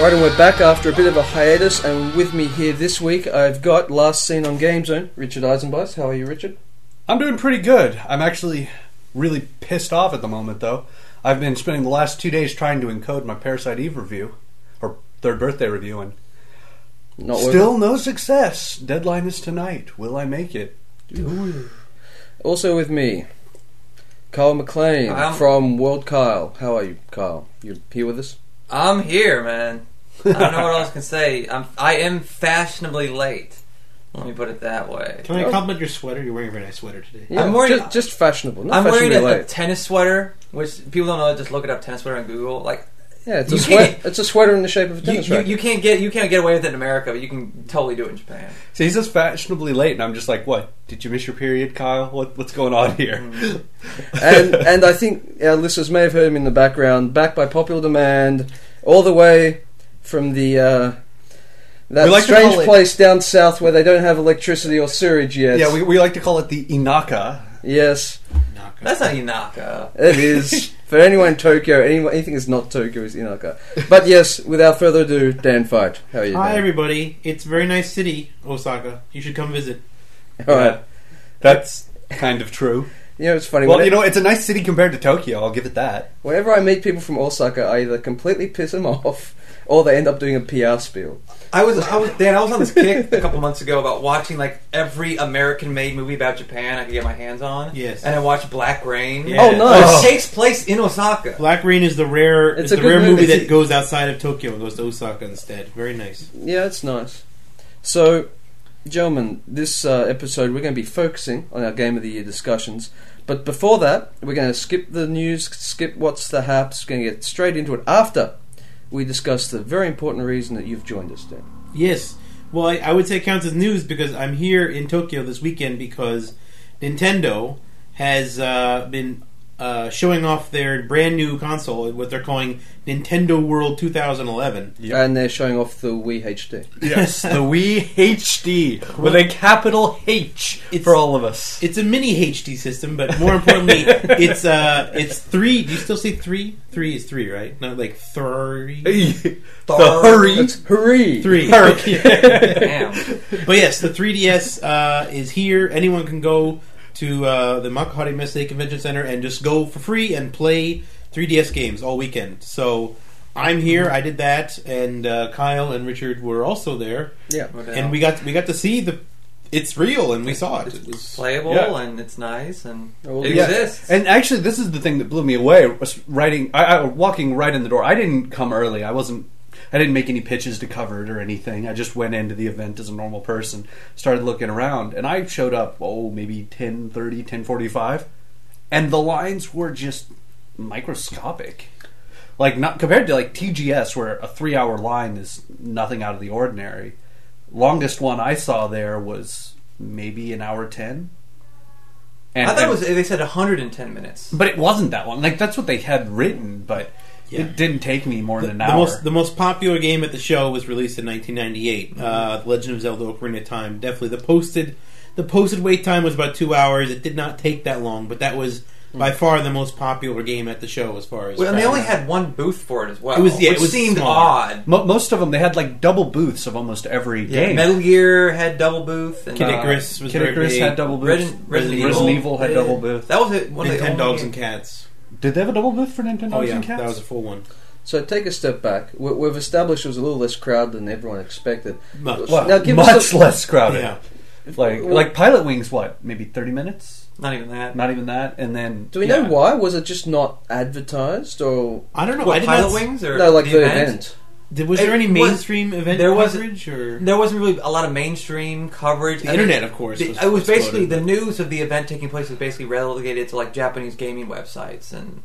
Right, and we're back after a bit of a hiatus, and with me here this week, I've got last seen on Game Zone, Richard Eisenbeis. How are you, Richard? I'm doing pretty good. I'm actually really pissed off at the moment, though. I've been spending the last two days trying to encode my Parasite Eve review, or third birthday review, and Not working? still no success. Deadline is tonight. Will I make it? Also with me, Kyle McLean Kyle. from World Kyle. How are you, Kyle? You here with us? I'm here, man. I don't know what else I can say. I'm I am fashionably late. Let me put it that way. Can I compliment your sweater? You're wearing a very nice sweater today. Yeah, I'm wearing- ju- just, fashionable. Not I'm wearing fashionably a, a late. tennis sweater, which people don't know. Just look it up, tennis sweater on Google. Like yeah, it's a you sweater. can't- It's a sweater in the shape of a you, tennis you, racket. you can't get you can't get away with it in America, but you can totally do it in Japan. See, he's just fashionably late, and I'm just like, what? Did you miss your period, Kyle? What, what's going on here? Mm. and and I think our listeners may have heard him in the background, back by popular demand, all the way from the uh, that We like to strange call it- place down south where they don't have electricity or sewage yet. Yeah, we, we like to call it the Inaka. yes, Not good. That's not Inaka. it is for anyone in Tokyo. Anyone, anything that's not Tokyo is Inaka. But yes, without further ado, Dan Fight, how are you? Hi, Dan? everybody. It's a very nice city, Osaka. You should come visit. all right. That's kind of true. You know it's funny. Well, when- you know, it's a nice city compared to Tokyo, I'll give it that. Whenever I meet people from Osaka, I either completely piss them off or they end up doing a PR spiel. I was I was Dan. I was on this kick a couple months ago about watching like every American-made movie about Japan I could get my hands on. Yes. and I watched Black Rain. Yeah. Oh, nice. Which takes place in Osaka. Black Rain is the rare, It's it's a the good rare movie. movie It's that a- goes outside of Tokyo and goes to Osaka instead. Very nice. Yeah, it's nice. So, gentlemen, this uh, episode we're going to be focusing on our Game of the Year discussions. But before that, we're going to skip the news, skip what's the haps, going to get straight into it after we discuss the very important reason that you've joined us, Dan. Yes. Well, I, I would say it counts as news because I'm here in Tokyo this weekend because Nintendo has uh, been uh, showing off their brand new console, what they're calling Nintendo World 2011. Yep. And they're showing off the Wii HD. Yes, the Wii HD with a capital H It's- for all of us. It's a mini HD system, but more importantly, it's uh, it's three. Do you still say three? Three is three, right? Not like three. the hurry. That's hooray! Three. Damn. But yes, the 3DS uh, is here. Anyone can go to uh, the Makuhari Messe Convention Center and just go for free and play 3DS games all weekend. So I'm here. I did that, and uh, Kyle and Richard were also there, Yeah. and we got we got to see the. It's real, and we saw it. It it's was playable Yeah. and it's nice and Well, it yeah. exists. And actually, this is the thing that blew me away. Was writing, I, I walking right in the door. I didn't come early. I wasn't. I didn't make any pitches to cover it or anything. I just went into the event as a normal person. Started looking around, and I showed up. Oh, maybe 10.30, 10.45. and the lines were just microscopic. Like not compared to like TGS, where a three-hour line is nothing out of the ordinary. Longest one I saw there was maybe an hour ten. And, I thought it and- was they said 110 minutes. but it wasn't that one. Like that's what they had written, but Yeah. it didn't take me more the, than an the hour. most the most popular game at the show was released in 1998, uh, The Legend of Zelda: Ocarina of Time. Definitely the posted the posted wait time was about two hours. It did not take that long, but that was Hmm. by far the most popular game at the show as far as. Well, and they only had one booth for it as well. It was- yeah, which it was seemed small. odd. Mo- most of them, they had like double booths of almost every game. Metal Gear had double booth. And, Kid uh, Icarus was Kid very Icarus big. had double booths. Resident, Resident, Resident Evil. Evil had double booth. That was it. One of the Nintendo only games. Dogs and Cats. Did they have a double booth for Nintendo Oh yeah, and Cats? that was a full one. So take a step back. We- We've established it was a little less crowd than everyone expected. Much. Well, Now give us much a- less crowded. Yeah. Like Well- like Pilot Wings, what maybe thirty minutes? Not even that. Not even that. And then Do we yeah. know why? Was it just not advertised or. I don't know. I What, did Pilot not, s- Wings or No, like the, the event? event. Did, was It there any was- mainstream event there was- coverage or There wasn't really a lot of mainstream coverage. the I mean, internet? Of course, the- was it was basically exploded. the news of the event taking place was basically relegated to like Japanese gaming websites, and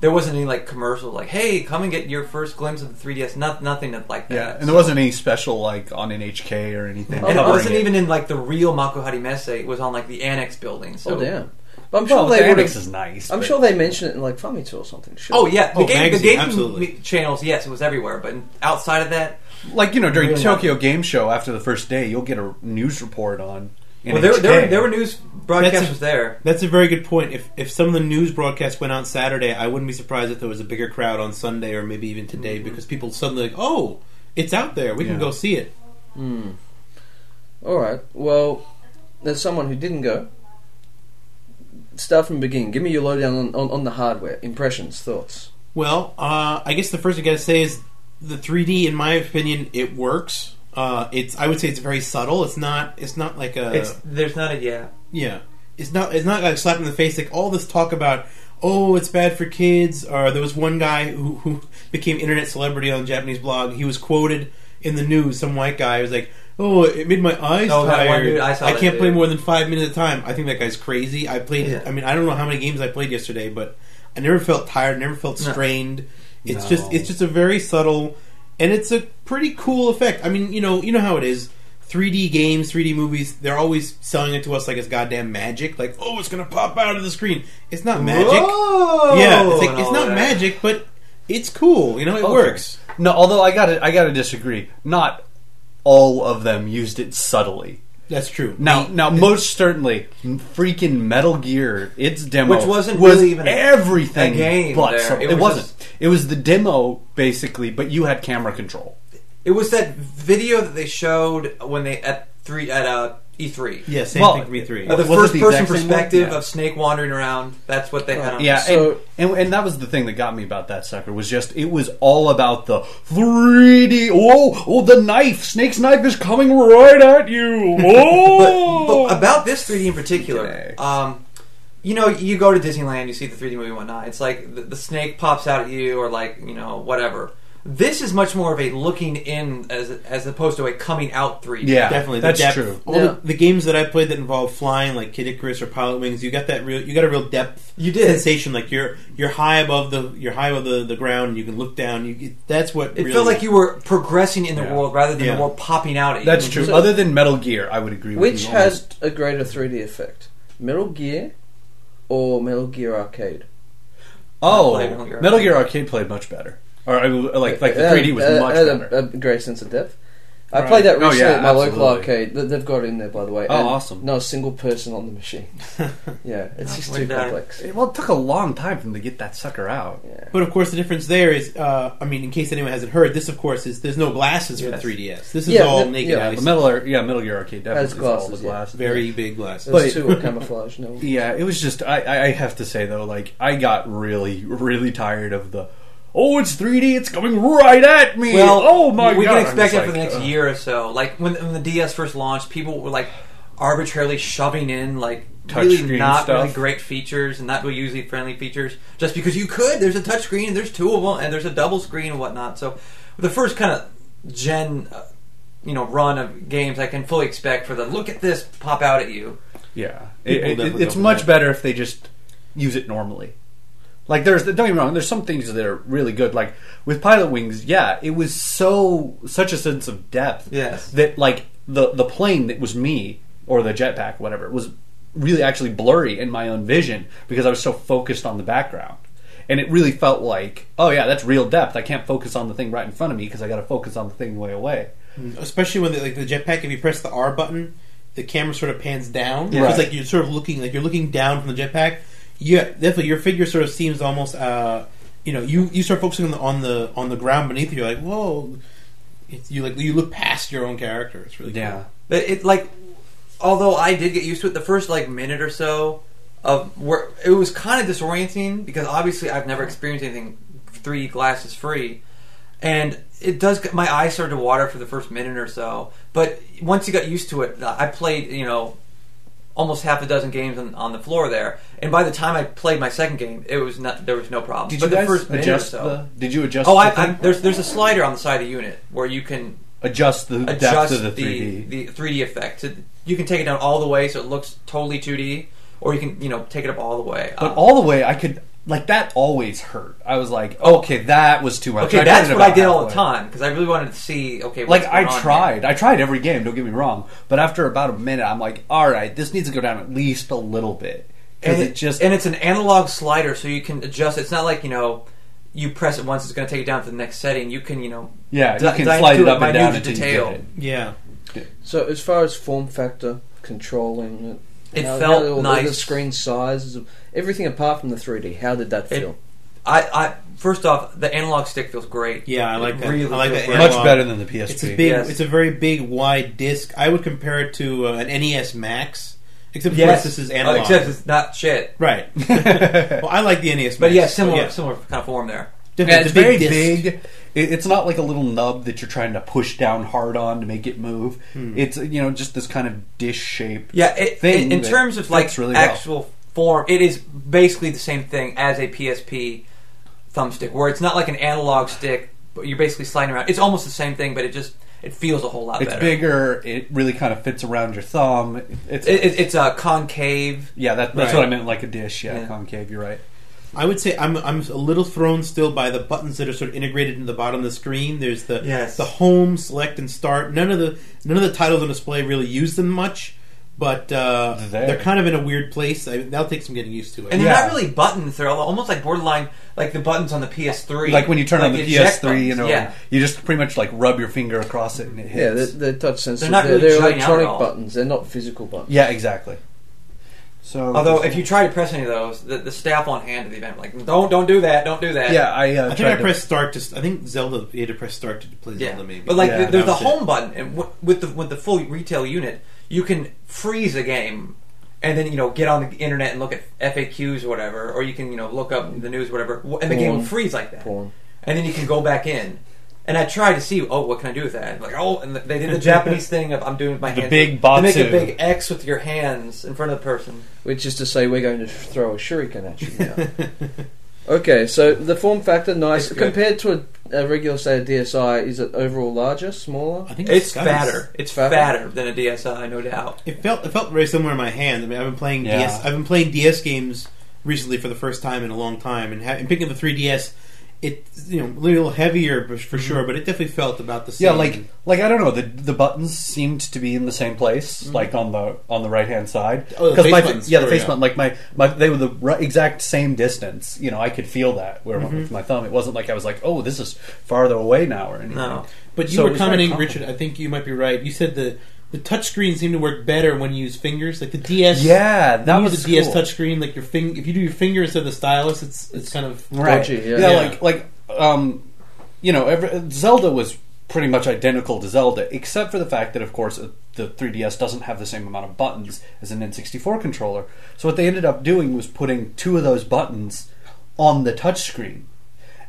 there wasn't any like commercial like, "Hey, come and get your first glimpse of the 3DS." Not nothing like that. Yeah, and there wasn't any special like on NHK or anything. Oh, And it covering wasn't it. even in like the real Makuhari Messe. It was on like the annex building. So Oh, damn. But I'm sure Well, they the would annex have. is nice. I'm but- sure they mentioned it in like Famitsu or something. Sure. Oh yeah, the Oh, game, magazine, the game absolutely. channels. Yes, it was everywhere. But outside of that, like you know during Really Tokyo Game Show after the first day, you'll get a news report on. well, there, there, were, NHK. there were news broadcasts a- was there. That's a very good point. If if some of the news broadcasts went on Saturday, I wouldn't be surprised if there was a bigger crowd on Sunday or maybe even today because people suddenly like, oh, It's out there. We can Yeah. go see it. Hmm. All right. Well, there's someone who didn't go. Start from the beginning. Give me your lowdown on, on, on the hardware. Impressions, thoughts. Well, uh, I guess the first thing I gotta say is the 3D. In my opinion, it works. Uh, it's I would say it's very subtle. It's not. It's not like a. It's there's not a yeah. Yeah, it's not it's not like slap in the face. Like all this talk about oh, it's bad for kids. Or there was one guy who, who became internet celebrity on a Japanese blog. He was quoted in the news. Some white guy was like, "Oh, it made my eyes Oh, that tired. one dude, I saw that can't play dude." more than five minutes at a time." I think that guy's crazy. I played. Yeah. I mean, I don't know how many games I played yesterday, but I never felt tired. Never felt No. strained. It's No. just it's just a very subtle, and it's a pretty cool effect. I mean, you know, you know how it is. 3D games, 3D movies, they're always selling it to us like it's goddamn magic. Like, oh, it's gonna pop out of the screen. It's not magic. Whoa! Yeah, it's, like, and it's all not that. magic, but it's cool. You know, it Okay. works. No, although I gotta, I gotta disagree. Not all of them used it subtly. That's true. Now, now, most certainly, m- freaking Metal Gear, its demo, Which wasn't was really even a- everything a game But there. some- It it, was was not just- It was the demo basically, but you had camera control. It was that video that they showed when they at three at uh, E3. yeah, same well, thing for me three. Uh, the Was it first the person exact same one? perspective Yeah. of Snake wandering around. That's what they had on. Yeah, So- and, and and that was the thing that got me about that sucker was just it was all about the 3D. Oh, oh, the knife, Snake's knife is coming right at you. But, Oh, but about this 3D in particular, Okay. um, you know, you go to Disneyland, you see the 3D movie and whatnot. It's like the, the snake pops out at you, or like you know, whatever. This is much more of a looking in as as opposed to a coming out 3D. yeah, Definitely, the that's depth- true. All Yeah. the, the games that I played that involve flying, like Kid Icarus or Pilot Wings, you got that real. You got a real depth. You did. sensation. Like you're you're high above the you're high above the, the ground. And you can look down. You get- that's what It really, felt like you were progressing in the Yeah. world rather than Yeah. the world popping out at you. That's true. So- Other than Metal Gear, I would agree. with Which you has a greater 3D effect, Metal Gear or Metal Gear Arcade? Oh, I played Metal Gear Metal Arcade. Gear Arcade played much better. Or I mean, like like the It 3D was had- much it had better. Uh, A, a great sense of depth. I Right. played that Oh, recently yeah, at my local absolutely. arcade. Th- They've got it in there, by the way. Oh, and awesome. Not a single person on the machine. yeah, it's just too We're done. complex. It- well, it took a long time for them to get that sucker out. Yeah. But of course, the difference there is, uh, I mean, in case anyone hasn't heard, this of course is there's no glasses Yes. for 3ds. This is Yeah, all the- naked yeah. eyes, The Metal, Ar- yeah, Metal Gear Arcade definitely Has is all glasses, the yeah. glasses. very big glasses. Those But- two were camouflage. No. Yeah, it was just I, I I have to say though, like I got really really tired of the oh it's 3D, it's coming right at me. Well, oh my we god, can I'm expect just it for like, uh, the next ugh. year or so. Like when, when the DS first launched, people were like arbitrarily shoving in like Touch really screen not stuff. really great features and not really user friendly features just because you could. There's a touch screen, and there's two of them, and there's a double screen and whatnot. So the first kind of gen, uh, you know, run of games, I can fully expect for the look at this pop out at you. Yeah, People It- it- definitely it's don't much do better if they just use it normally. Like there's don't get me wrong, there's some things that are really good. Like with Pilot Wings, yeah, it was so such a sense of depth. Yes. that like the the plane that was me or the jetpack, whatever, was really actually blurry in my own vision because I was so focused on the background. And it really felt like, oh yeah, that's real depth. I can't focus on the thing right in front of me because I got to focus on the thing way away. especially when the, like the jetpack. If you press the R button, the camera sort of pans down Yeah. because Right. like you're sort of looking like you're looking down from the jetpack. Yeah, definitely. Your figure sort of seems almost, uh, you know, you you start focusing on the on the on the ground beneath you. You're like, whoa, it's, you like you look past your own character. It's really cool. But it like, although I did get used to it, the first like minute or so of where it was kind of disorienting because obviously I've never experienced anything three glasses free, and it does. My eyes started to water for the first minute or so, but once you got used to it, I played you know almost half a dozen games on, on the floor there, and by the time I played my second game, it was not there was no problem. Did but you the guys first minute adjust or so. the? Did you adjust? Oh, the I, I, thing? there's there's a slider on the side of the unit where you can adjust the depth adjust of the 3D. the, the 3D effect. To, you can take it down all the way so it looks totally 2D, or you can you know take it up all the way. But Um, all the way, I could like that always hurt. I was like, Oh. okay, that was too much. okay, I tried that's it what I about did all the halfway. time because I really wanted to see. Okay, Like what's going on I here. tried, I tried every game. Don't get me wrong, but after about a minute, I'm like, all right, this needs to go down at least a little bit because and it, just and it's an analog slider, so you can adjust. It's not like you know. You press it once; it's going to take it down to the next setting. You can, you know, yeah, di- you can dive slide to it up and minute down until detail. you get it. Yeah. So as far as form factor, controlling it, It how- felt how all the- nice. The screen size, everything apart from the 3D. How did that It- feel? I, I first off, the analog stick feels great. Yeah, I like that. I like that feels great. analog. Much better than the PSP. It's a big. Yes. It's a very big, wide disc. I would compare it to uh, an NES Max, except of Yes. course this is Oh, Uh, analog. except it's not shit. right. well, I like the NES Max, But yeah, similar, yeah. similar kind of form there. Different- Yeah, it's a big very disc. big. It, it's not like a little nub that you're trying to push down hard on to make it move. It's you know just this kind of dish shape. Yeah, it, Thing in- in that terms of like fits really well. actual form, it is basically the same thing as a PSP thumbstick, where it's not like an analog stick. But you're basically sliding around. It's almost the same thing, but it just it feels a whole lot It's better. bigger. It really kind of fits around your thumb. It's It, it, it's a concave. yeah, that, that's Right. what I meant. Like a dish. Yeah, Yeah. concave. You're right. I would say I'm I'm a little thrown still by the buttons that are sort of integrated in the bottom of the screen. There's the Yes. the home, select, and start. None of the none of the titles on display really use them much, but uh, They're there. they're kind of in a weird place. I, that'll take some getting used to. It. And Yeah. they're not really buttons. They're al- almost like borderline, like the buttons on the PS3. Like when you turn on the PS3, eject buttons. you know, Yeah. you just pretty much like rub your finger across it and it hits. Yeah, they're, they're touch sensors. They're, not they're, really jutting out at electronic all. buttons. They're not physical buttons. Yeah, exactly. So, Although if you try to press any of those, the, the staff on hand at the event, like don't don't do that, don't do that. yeah, I, uh, I think tried I to- pressed start to. s- I think Zelda. You had to press start to play yeah. Zelda, maybe. But like Yeah, the, there's that the was it. home button, and w- with the with the full retail unit, you can freeze a game, and then you know get on the internet and look at FAQs or whatever, or you can you know look up the news, whatever, wh- and the game will Porn. freeze like that, Porn. and then you can go back in. And I tried to see, oh, what can I do with that? Like, oh, and they did the Japanese thing of I'm doing with my The hands. big They make a batsu. big X with your hands in front of the person. Which is to say, we're going to sh- throw a shuriken at you now. okay, so the form factor, nice. It's good. Compared to a, a regular, say, a DSi, is it overall larger, smaller? I think It's Sky's- fatter. It's Fatter? fatter. than a DSi, no doubt. It felt it felt very similar in my hands. I mean, I've been playing Yeah. DS. I've been playing DS games recently for the first time in a long time, and, ha- and picking up the 3DS, it you know a little heavier b- for sure, but it definitely felt about the same. Mm-hmm. Yeah, like like I don't know. The the buttons seemed to be in the same place, like on the on the right hand side. Oh, the 'Cause face my buttons. yeah, the Oh, face yeah. button, like my, my they were the ri- exact same distance. You know, I could feel that where with my thumb. It wasn't like I was like, oh, this is farther away now or anything. No. but you so it were was very commenting, comfortable. Richard. I think you might be right. You said the the touchscreen seemed to work better when you use fingers, like the DS. Yeah, that That was was the DS cool. touchscreen, like your fing. If you do your finger instead of the stylus, it's it's kind of right? Dodgy, yeah. yeah. Yeah. like like um, you know, every, Zelda was pretty much identical to Zelda, except for the fact that, of course, uh, the 3DS doesn't have the same amount of buttons as an N64 controller. So what they ended up doing was putting two of those buttons on the touchscreen.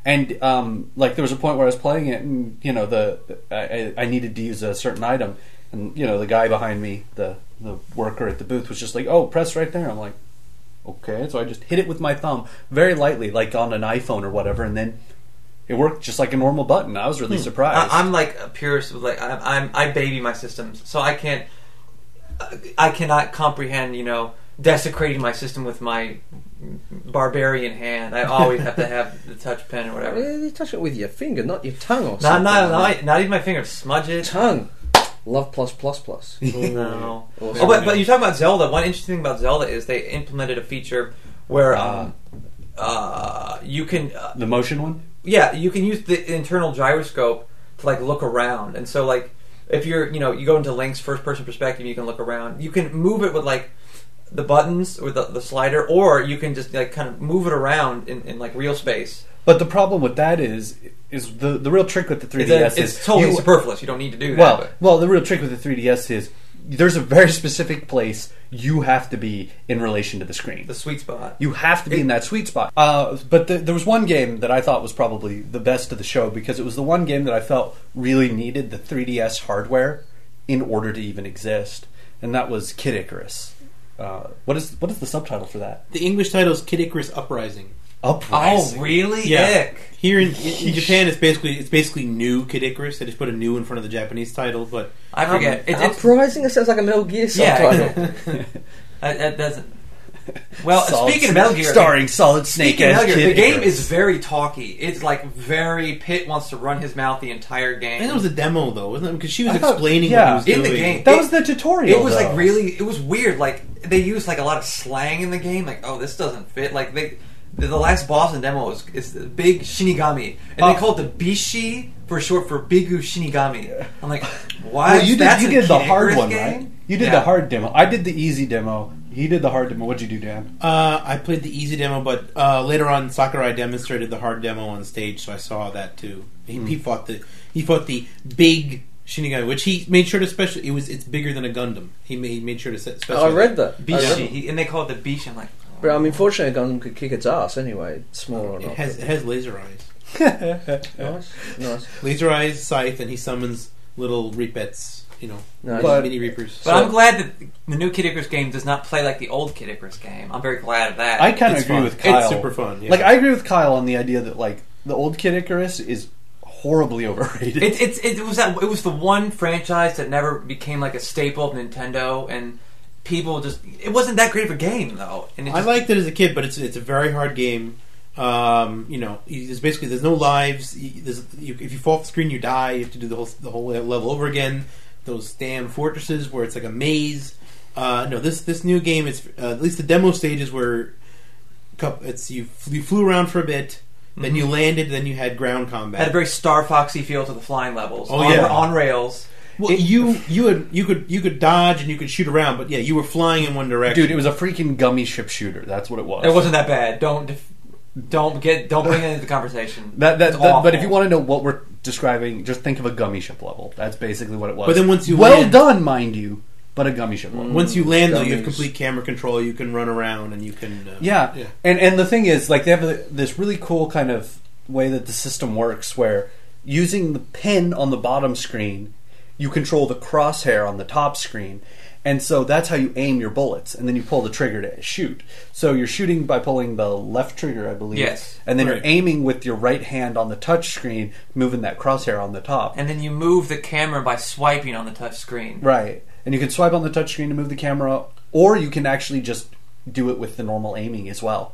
And um, like there was a point where I was playing it, and you know the I, I I needed to use a certain item, and you know the guy behind me, the the worker at the booth, was just like, "Oh, press right there." I'm like, Okay, so I just hit it with my thumb very lightly, like on an iPhone or whatever, and then it worked just like a normal button. Hmm. I was really surprised. I, I'm like a purist with like I'm, I'm I baby my systems, so I can't I cannot comprehend you know desecrating my system with my barbarian hand. I always have to have the touch pen or Yeah, whatever. you touch it with your finger, not your tongue or Not something. not not, not even my finger. Smudge it. tongue. Love plus plus plus. No. Or Oh, but, but you talk about Zelda. One interesting thing about Zelda is they implemented a feature where um, uh, you can uh, the motion one, yeah, you can use the internal gyroscope to like look around, and so like if you're you know you go into Link's first person perspective, you can look around. You can move it with like the buttons or the, the slider, or you can just like kind of move it around in, in like real space. but the problem with that is, is the the real trick with the 3ds It's, a- is it's totally you- superfluous. You don't need to do that. well, but- well, the real trick with the 3ds is there's a very specific place you have to be in relation to the screen. the sweet spot. You have to be in that sweet spot. Uh, but the, there was one game that I thought was probably the best of the show because it was the one game that I felt really needed the 3DS hardware in order to even exist, and that was Kid Icarus. Uh, what is what is the subtitle for that? the English title is Kid Icarus Uprising. Uprising. Oh, really? Ick. Here in, in Japan, it's basically it's basically new Kid Icarus. They just put a new in front of the Japanese title, but Um, I forget. It- it's- Uprising? It sounds like a Metal Gear Yeah. subtitle. I- that doesn't. Well, Solid speaking of Metal Gear, starring Solid Snake Speaking of as Metal Gear, Kid the game Icarus. is very talky. It's like very Pitt wants to run his mouth the entire game. I think it was a demo though, wasn't it? Because she was I thought- explaining yeah. what he was In the doing. game. that it- was the tutorial. It was though. like really, it was weird. Like they used like a lot of slang in the game. Like, oh, this doesn't fit. Like they, the, the last boss in demo is, is the big Shinigami, and Oh. they call it the Bishi for short for Bigu Shinigami. I'm like, why? Well, you did That's you a did the Kid hard Icarus one, game? right? You did Yeah. the hard demo. I did the easy demo. He did the hard demo. What'd you do, Dan? Uh, I played the easy demo, but uh, later on, Sakurai demonstrated the hard demo on stage, so I saw that too. He, Hmm. he fought the he fought the big Shinigami, which he made sure to special. It was it's bigger than a Gundam. He made, he made sure to se- special. Oh, I read that. I read Bishi, that. he, and they call it the Bishi. I'm like, oh. But I mean, fortunately, Gundam could kick its ass anyway, small or It not. has it has laser eyes, nice, nice. laser eyes, scythe, and he summons little reapets. You know, Nice. mini- But- mini reapers. But So- I'm glad that the new Kid Icarus game does not play like the old Kid Icarus game. I'm very glad of that. I kind of It's agree fun. with Kyle. It's super fun. Yeah. Like I agree with Kyle on the idea that like the old Kid Icarus is horribly overrated. It, it's it was that it was the one franchise that never became like a staple of Nintendo, and people just it wasn't that great of a game though. And it I just, liked it as a kid, but it's it's a very hard game. Um, you know, you- there's basically there's no lives. You, there's, you, if you fall off the screen, you die. You have to do the whole the whole level over again. Those damn fortresses where it's like a maze. Uh, no, this this new game is uh, at least the demo stages were. coup- It's you f- you flew around for a bit, then you landed, then you had ground Mm-hmm. combat. had a very Star Foxy feel to the flying levels. Oh, on, yeah. on rails. well, you you had you could you could dodge and you could shoot around, but yeah, you were flying in one direction. Dude, it was a freaking gummy ship shooter. That's what it was. It wasn't that bad. Don't def- don't get don't bring it into the conversation. That, that, It's that- but awful. if you want to know what we're describing, just think of a gummy ship level. That's basically what it was. But then once you well land- done, mind you, but a gummy ship level. Once you land, though, you Gummies. have complete camera control. You can run around and you can. Uh, Yeah. Yeah. And and the thing is, like they have a, this really cool kind of way that the system works where using the pen on the bottom screen, you control the crosshair on the top screen. And so that's how you aim your bullets, and then you pull the trigger to shoot. So you're shooting by pulling the left trigger, I believe. Yes. And then Right. you're aiming with your right hand on the touch screen, moving that crosshair on the top. and then you move the camera by swiping on the touch screen. Right. And you can swipe on the touchscreen to move the camera, or you can actually just do it with the normal aiming as well.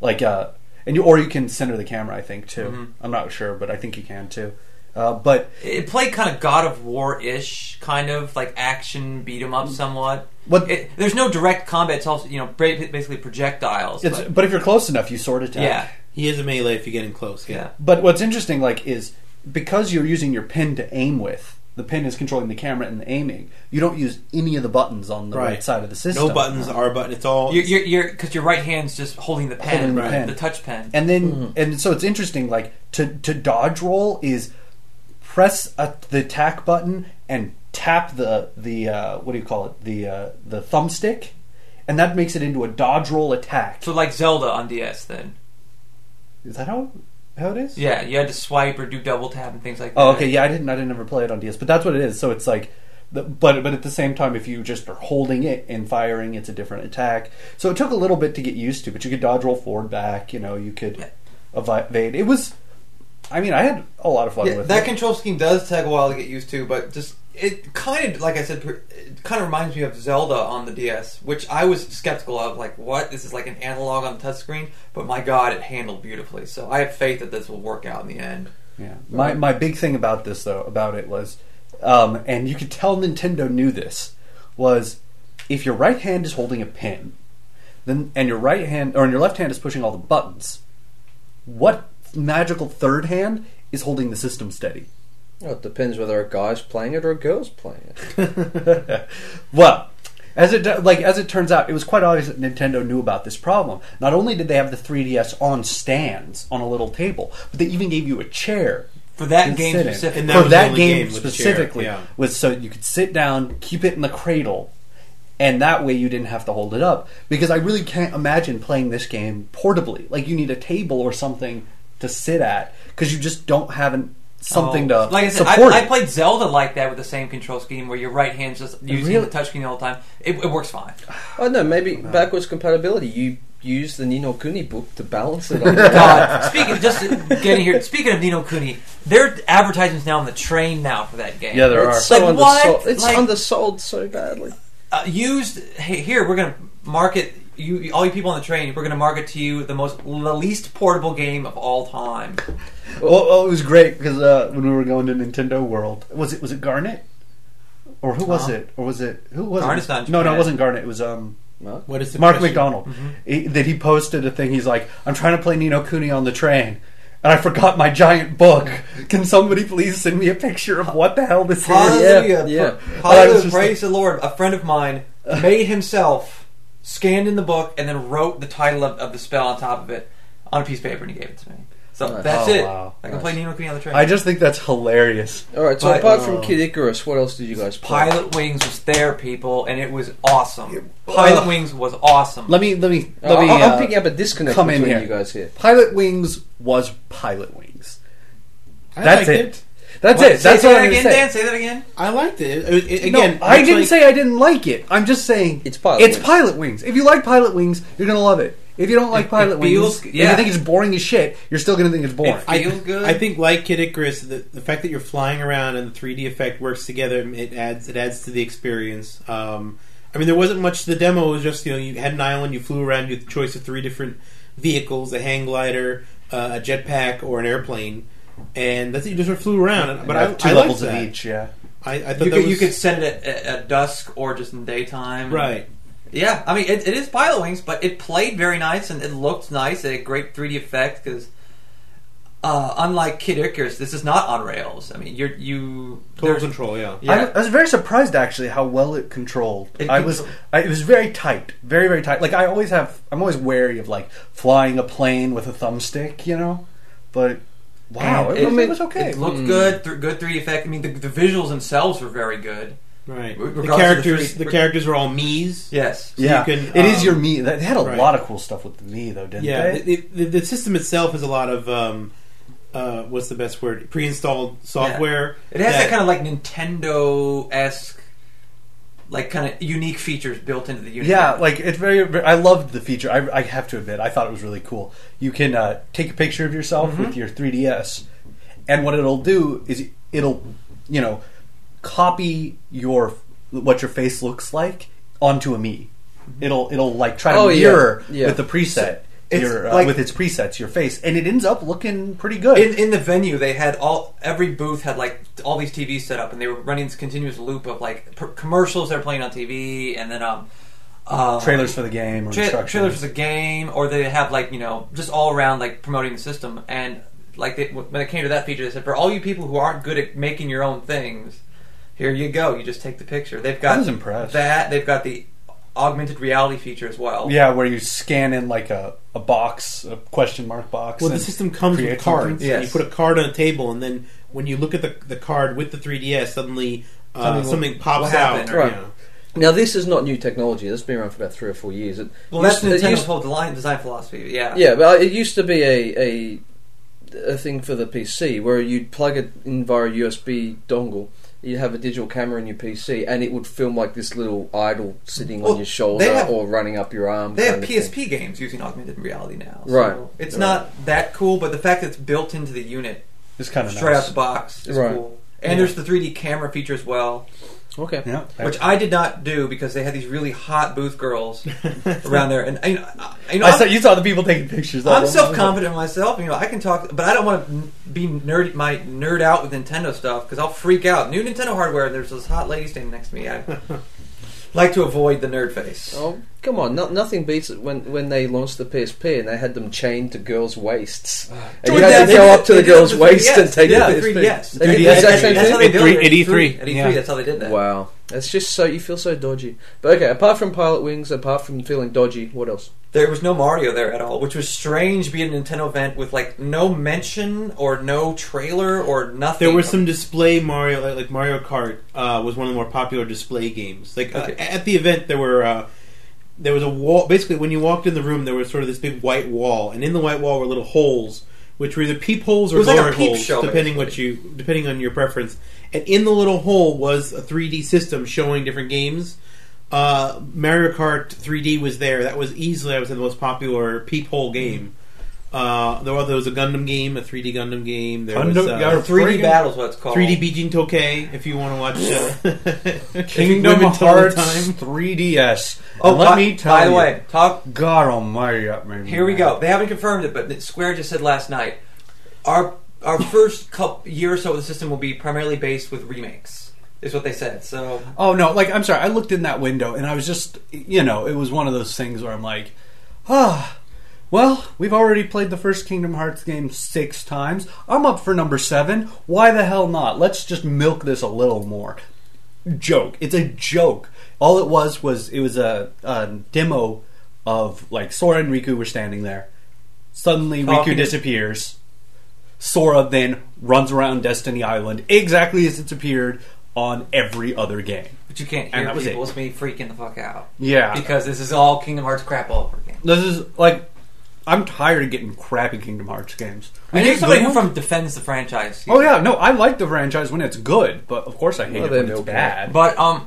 Like, uh, and you, or you can center the camera, I think, too. I'm not sure, but I think you can too. Uh, but, It played kind of God of War ish, kind of like action beat 'em up somewhat. What- It, there's no direct combat. It's all you know, ba- basically projectiles. it's, but- but if you're close enough, you sort of yeah. attack. yeah, He is a melee if you get him close. Yeah. But what's interesting, like, is because you're using your pen to aim with, the pen is controlling the camera and the aiming. You don't use any of the buttons on the right, Right. side of the system. No buttons, R button. It's all. You're, you're, you're, because your right hand's just holding the pen, Holding the the, pen. touch pen. and then and so it's interesting like to to dodge roll is press a, the attack button and tap the the uh, what do you call it the uh, the thumbstick and that makes it into a dodge roll attack so like Zelda on DS, then is that how how it is yeah, you had to swipe or do double tap and things like that. oh okay yeah i didn't i didn't ever play it on ds but that's what it is so it's like the, but but at the same time if you just are holding it and firing it's a different attack so it took a little bit to get used to but you could dodge roll forward back you know you Yeah. could evade it was i mean i had a lot of fun Yeah, with that it control scheme does take a while to get used to, but just it kind of, like I said, per- it kind of reminds me of Zelda on the DS, which I was skeptical of. Like, what? This is like an analog on the touchscreen, but my God, it handled beautifully. So I have faith that this will work out in the end. Yeah. My my big thing about this though about it was, um, and you could tell Nintendo knew this was if your right hand is holding a pen, then and your right hand or your left hand is pushing all the buttons, what magical third hand is holding the system steady? Well, it depends whether a guy's playing it or a girl's playing it. Well. As it like as it turns out, it was quite obvious that Nintendo knew about this problem. Not only did they have the 3DS on stands on a little table, but they even gave you a chair For that and game sit in. specifically, And that for was the that only game, game with a chair, specifically yeah. was so you could sit down, keep it in the cradle, and that way you didn't have to hold it up. Because I really can't imagine playing this game portably. Like you need a table or something to sit at because you just don't have an, something Oh. to like I said, support. I, I it. played Zelda like that with the same control scheme where your right hand's just using really- the touchscreen all the time. It, it works fine. I don't know, maybe backwards compatibility. You use the Nino Kuni book to balance it. on the God, speaking just getting here. Speaking of Nino Kuni, their advertisements now on the train now for that game. Yeah, there it's So are. Like, what? undersold. It's Like- undersold so badly. uh, used hey, here we're gonna market you all you people on the train we're gonna market to you the most the least portable game of all time Well, well, Oh, it was great because uh, when we were going to Nintendo World, was it was it Garnet? Or who was Uh-huh. it? Or was it who was Garnet's it? not in no, no, it Japan. wasn't Garnet. It was um, Mark? What is the Mark question? McDonald he- that he posted a thing. He's like, I'm trying to play Nino Cooney on the train, and I forgot my giant book. Can somebody please send me a picture of what the hell this is? Hallelujah. Yeah, yeah. I was hallelujah just praise the lord a friend of mine made himself scanned in the book, and then wrote the title of, of the spell on top of it on a piece of paper, and he gave it to me. So Nice. that's Oh, it. wow. I can play Nino Kuni on the train. I just think that's hilarious. All right. So But- apart from Kid Icarus, what else did you guys play? Pilot Wings was there, people, and it was awesome. Pilot Ugh. Wings was awesome. Let me let me Uh, let me. I- I'm uh, picking up a disconnect come in between here. you guys here. Pilot Wings was Pilot Wings. I That's liked it. That's What? it. That's say all that I'm again, gonna say. Dan. Say that again. I liked it. It- it- No, again, I it's didn't like- say I didn't like it. I'm just saying It's Pilot It's Wings. Pilot Wings. If you like Pilot Wings, you're gonna love it. If you don't like It- Pilot it Wings, feels- and yeah. you think it's boring as shit, you're still gonna think it's boring. It I, feels good. I think like Kid Icarus, the, the fact that you're flying around and the 3D effect works together, it adds it adds to the experience. Um, I mean, there wasn't much to the demo. It was just you know you had an island, you flew around, you had the choice of three different vehicles: a hang glider, uh, a jetpack, or an airplane, and that's it. You just sort of flew around. And- But I, two I liked levels that. of each. Yeah, I, I thought You that could, was you could send it at, at dusk or just in daytime. right. Yeah, I mean, it, it is Pilot Wings, but it played very nice and it looked nice. It had great 3D effect because, uh, unlike Kid Icarus, this is not on rails. I mean, you're you Total there's- control. Yeah. Yeah. I, was- I was very surprised actually how well it controlled. It I was, contro- I, it was very tight, very very tight. Like I always have, I'm always wary of like flying a plane with a thumbstick, you know. But wow, And it, I mean, it was okay. It Hmm. looked good, th- good 3D effect. I mean, the, the visuals themselves were very good. Right. Re- The regardless of the characters, three- the characters are all me's. Yes. So yeah, you can, it is um, your me. They had a right. lot of cool stuff with the me though, didn't Yeah, they? the, the, the system itself is a lot of um, uh, what's the best word? Pre-installed software. It has that, kind of like Nintendo esque, like kind of unique features built into the unit. Yeah, like it's very. very- I loved the feature. I, I have to admit, I thought it was really cool. You can uh, take a picture of yourself with your 3ds, and what it'll do is it'll, you know, copy your what your face looks like onto a me. It'll it'll like try to Oh, yeah, mirror yeah. with the preset. It's your, uh, like- with its presets, your face, and it ends up looking pretty good. in, in the venue they had all every booth had like all these TVs set up and they were running this continuous loop of like per- commercials they're playing on TV and then um uh, trailers for the game or tra- instructions. trailers for the game or they have like you know just all around like promoting the system and like they, when it came to that feature they said for all you people who aren't good at making your own things here you go you just take the picture they've got was impressed. that they've got the augmented reality feature as well yeah, where you scan in like a, a box, a question mark box. well, the and system comes with create cards. something. and Yes. you put a card on a table, and then when you look at the, the card with the 3ds, suddenly uh, Something something, will- pops will happen, out. or- Right. yeah. Now this is not new technology. It's been around for about three or four years. It well that's used- it Nintendo's used- whole design, design philosophy yeah Yeah, but it used to be a, a a thing for the PC where you'd plug it in via USB dongle. You'd have a digital camera in your PC, and it would film like this little idol sitting Well, on your shoulder they have- or running up your arm. They have kind of thing. PSP games using augmented reality now. So Right. It's Right. not that cool, but the fact that it's built into the unit It's kind of straight nice. out the box is Right. cool. And there's the 3D camera feature as well, Okay. Yeah, which I did not do because they had these really hot booth girls around there. And you know, I, you know, I I'm- saw, you saw the people taking pictures. of I'm them. self confident in myself. You know, I can talk, but I don't want to be nerd my nerd out with Nintendo stuff because I'll freak out. New Nintendo hardware, and there's this hot lady standing next to me. I like to avoid the nerd face. Oh come on! No, nothing beats it when when they launched the PSP and they had them chained to girls' waists. And you Jordan, had to they go did- up to they the did it girls' with the waist 3DS. and take Yeah, the the 3DS. They did the Yeah, exact that's- same that's thing. how they built At E3, At E3, yeah. that's how they did that. Wow, that's just so you feel so dodgy. But okay, apart from Pilot Wings, apart from feeling dodgy, what else? There was no Mario there at all, which was strange being a Nintendo event with like no mention or no trailer or nothing. There were some display Mario, like, like Mario Kart, uh, was one of the more popular display games. Like uh, Okay. at the event, there were uh, there was a wall. Basically, when you walked in the room, there was sort of this big white wall, and in the white wall were little holes, which were either peepholes It or was like a glory peep holes, show, depending what you depending on your preference. And in the little hole was a 3D system showing different games. Uh, Mario Kart 3D was there. That was easily, I would say, the most popular peephole Mm. game. Uh, there, was, there was a Gundam game, a 3D Gundam game. There was Gundam- uh, yeah, 3D battles, what it's called. 3D Beijing Tokei, if you want to watch uh, Kingdom Women Tell Hearts Time. 3DS. Oh, And let by, me tell by you, the way, talk. God Almighty, that made me Here we mad. go. They haven't confirmed it, but Square just said last night our our first couple, year or so of the system will be primarily based with remakes. Is what they said. So Oh no, like I'm sorry. I looked in that window and I was just, you know, it was one of those things where I'm like, ah, well, we've already played the first Kingdom Hearts game six times. I'm up for number seven. Why the hell not? Let's just milk this a little more. joke. It's a joke. All it was was it was a, a demo of like Sora and Riku were standing there. Suddenly, Riku Talking to- disappears. Sora then runs around Destiny Island exactly as it's appeared on every other game. But you can't And hear that was it. people. It's me freaking the fuck out. Yeah, Because this is all Kingdom Hearts crap all over again. this is like I'm tired of getting crappy Kingdom Hearts games. I get need somebody good who ones. from defends the franchise. Oh yeah, no, I like the franchise when it's good, but of course I hate Well, it they're when it's milk bad. But um,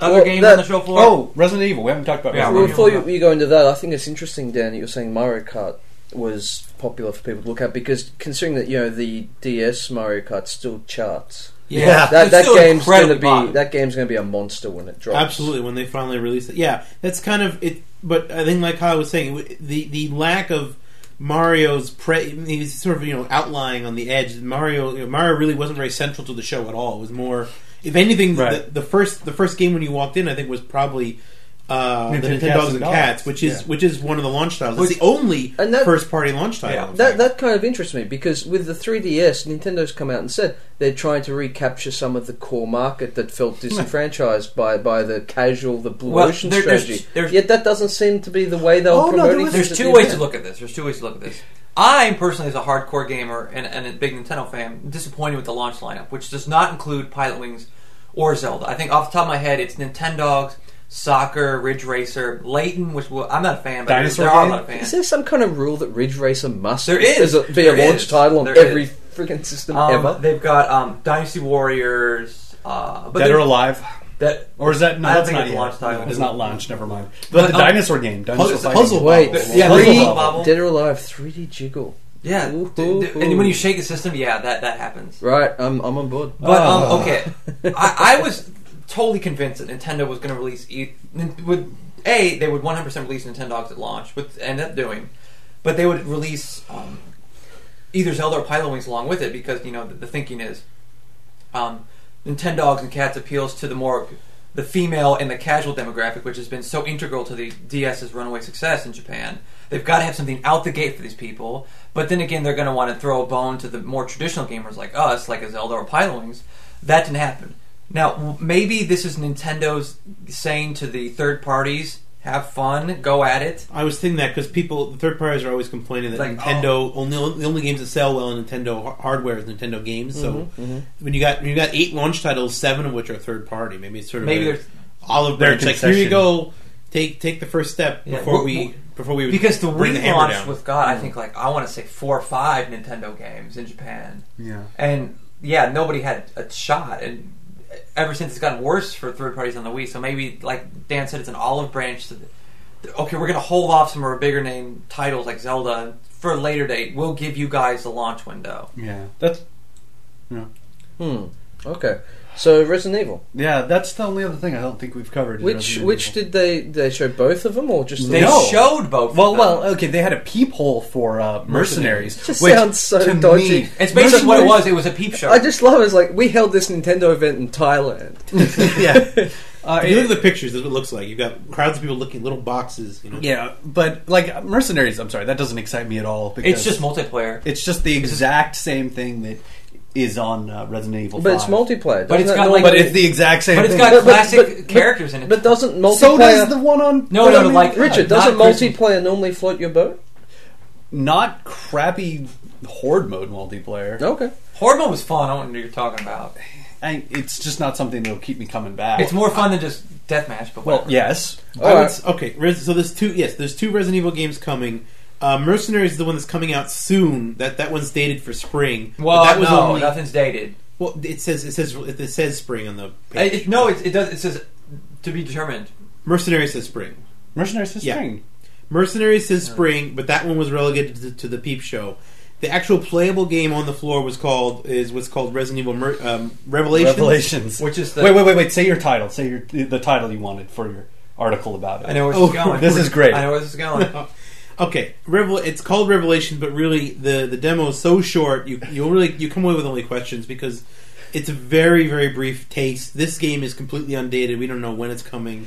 other Well, games that- on the show floor. oh, Resident Evil. We haven't talked about Yeah, Resident Well, we're- Evil. before you, you go into that, I think it's interesting, Dan, that you're saying Mario Kart was popular for people to look at because considering that you know the DS Mario Kart still charts. yeah, yeah, That, It's that still game's gonna incredibly be popular. that game's gonna be a monster when it drops. Absolutely, when they finally release it, yeah, that's kind of it. But I think, like Kyle was saying, it w- the the lack of Mario's pre, he's sort of you know outlying on the edge. Mario you know, Mario really wasn't very central to the show at all. It was more, if anything, Right. the, the first the first game when you walked in, I think was probably. Uh, the Nintendo Nintendo Cats Dogs and and Dogs. Cats, which is Yeah. which is one of the launch titles. It's Which- the only And that- first party launch title. Yeah. in That fact. that kind of interests me because with the 3DS, Nintendo's come out and said they're trying to recapture some of the core market that felt disenfranchised by, by the casual, the blue Hmm. Well, ocean there- there's- strategy. there's- Yet that doesn't seem to be the way they were Oh, no, there promoting. was- things There's at two the ways event. to look at this. There's two ways to look at this. I personally, as a hardcore gamer and, and a big Nintendo fan, disappointed with the launch lineup, which does not include Pilot Wings or Zelda. I think off the top of my head, it's Nintendogs, Soccer, Ridge Racer, Layton, which well, I'm not a fan, but Dinosaur there are a Game? lot of fans. Is there some kind of rule that Ridge Racer must There is. a, be There a launch is. title on There every is. freaking system Um, ever? They've got um, Dynasty Warriors. Uh, but Dead they're- or Alive. That Or is that no? I don't that's think not it's yet. launched title. It's not launched. Never mind. But, But, the um, dinosaur game, dinosaur it's a fighting. puzzle Wait, Bobble. Yeah, three- Puzzle Bobble. Dead or Alive 3D Jiggle. yeah, Ooh, d- d- ooh, and ooh. when you shake the system, yeah, that that happens. Right, I'm I'm on board. But Ah. um, okay, I, I was totally convinced that Nintendo was going to release e- nin- would a they would 100% release Nintendogs at launch, which they end up doing, but they would release um, either Zelda or Pilot Wings along with it because you know the, the thinking is um, Nintendogs and Cats appeals to the more the female and the casual demographic, which has been so integral to the DS's runaway success in Japan. They've got to have something out the gate for these people, but then again, they're going to want to throw a bone to the more traditional gamers like us, like a Zelda or Pilot Wings. That didn't happen. Now, w- maybe this is Nintendo's saying to the third parties, have fun, go at it. I was thinking that because people, the third parties are always complaining that Like, oh. Nintendo only the only games that sell well on Nintendo har- hardware is Nintendo games. So Mm-hmm, when you got when you got eight launch titles, seven of which are third party, maybe it's sort of Maybe a there's olive Their branch. Like here you concession. go, take take the first step Yeah, before wh- we before we because the bring Wii the hammer launched down. Mm. with God, I think like I want to say four or five Nintendo games in Japan. Yeah. And yeah, nobody had a shot. And ever since it's gotten worse for third parties on the Wii. So maybe, like Dan said, it's an olive branch. To the, okay, we're going to hold off some of our bigger name titles like Zelda for a later date. We'll give you guys the launch window. Yeah, that's Hmm. Okay. So Resident Evil. yeah, that's the only other thing I don't think we've covered. is Which Resident which Evil. did they they show both of them or just They the No. showed both. Well, of them. well, okay. They had a peephole for uh, mercenaries. Just which, sounds so to dodgy. me- it's basically what it was. It was a peep show. I just love it. it's like we held this Nintendo event in Thailand. yeah, uh, If you it- look at the pictures, that's what it looks like. You've got crowds of people looking at little boxes. You know, yeah, but like mercenaries. I'm sorry, that doesn't excite me at all. Because it's just multiplayer. it's just the exact same thing that is on uh, Resident Evil. But it's 5. multiplayer. But it's doesn't it got, like- But it's the exact same. But it's thing. got But- but- classic but- characters in it. But doesn't multiplayer? so does the one on No, but no, I mean, like- Richard, Not doesn't Christmas. multiplayer normally float your boat? not crappy horde mode multiplayer. Okay. Hormone was fun. I don't know what you're talking about. I, it's just not something that'll keep me coming back. It's more fun than just deathmatch, but well, whatever. yes. All I would right. s- okay, Res- so there's two. Yes, there's two Resident Evil games coming. Uh, Mercenaries is the one that's coming out soon. That that one's dated for spring. but Well, that was no, only- nothing's dated. Well, it says it says it says spring on the I- page. It, no, it, it does. It says to be determined. Mercenaries says spring. Mercenaries is Yeah. spring. Mercenaries says spring, but that one was relegated to, to the Peep Show. The actual playable game on the floor was called is what's called Resident Evil Mer- um, Revelations. Revelations. Which is the- wait, wait, wait, wait. Say your title. Say your the title you wanted for your article about it. I know where Oh, this is going. this is great. I know where this is going. Okay, Revel- it's called Revelation, but really the the demo is so short you you really you come away with only questions because it's a very very brief taste. This game is completely undated. We don't know when it's coming,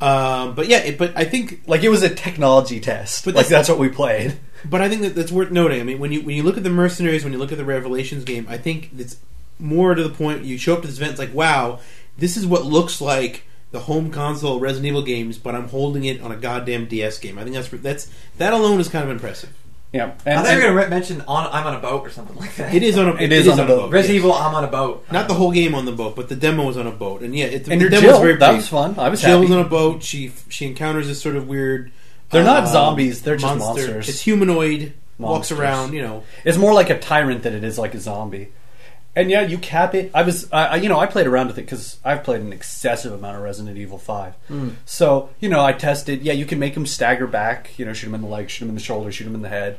um, but yeah, it, but I think Like it was a technology test. But like that's that's- what we played. But I think that that's worth noting. I mean, when you when you look at the mercenaries, when you look at the Revelations game, I think it's more to the point. You show up to this event, it's like, wow, this is what looks like the home console Resident Evil games, but I'm holding it on a goddamn DS game. I think that's that's that alone is kind of impressive. Yeah, I and, thought you were and going to mention on, I'm on a boat or something like that. It is on a It is on a boat. Resident yes. Evil, I'm on a boat. Not the whole game on the boat, but the demo was on a boat, and yeah, it, and the your demo was Jill, very that brief. was fun. I was Jill was happy. on a boat. She she encounters this sort of weird. They're not uh, zombies, they're just monsters. It's humanoid. Walks Monsters. around, you know. It's more like a tyrant than it is like a zombie. And yeah, you cap it. I was, I I- you know, I played around with it because I've played an excessive amount of Resident Evil Five. Hmm. So you know, I tested. Yeah, you can make them stagger back. You know, shoot them in the leg, shoot them in the shoulder, shoot them in the head.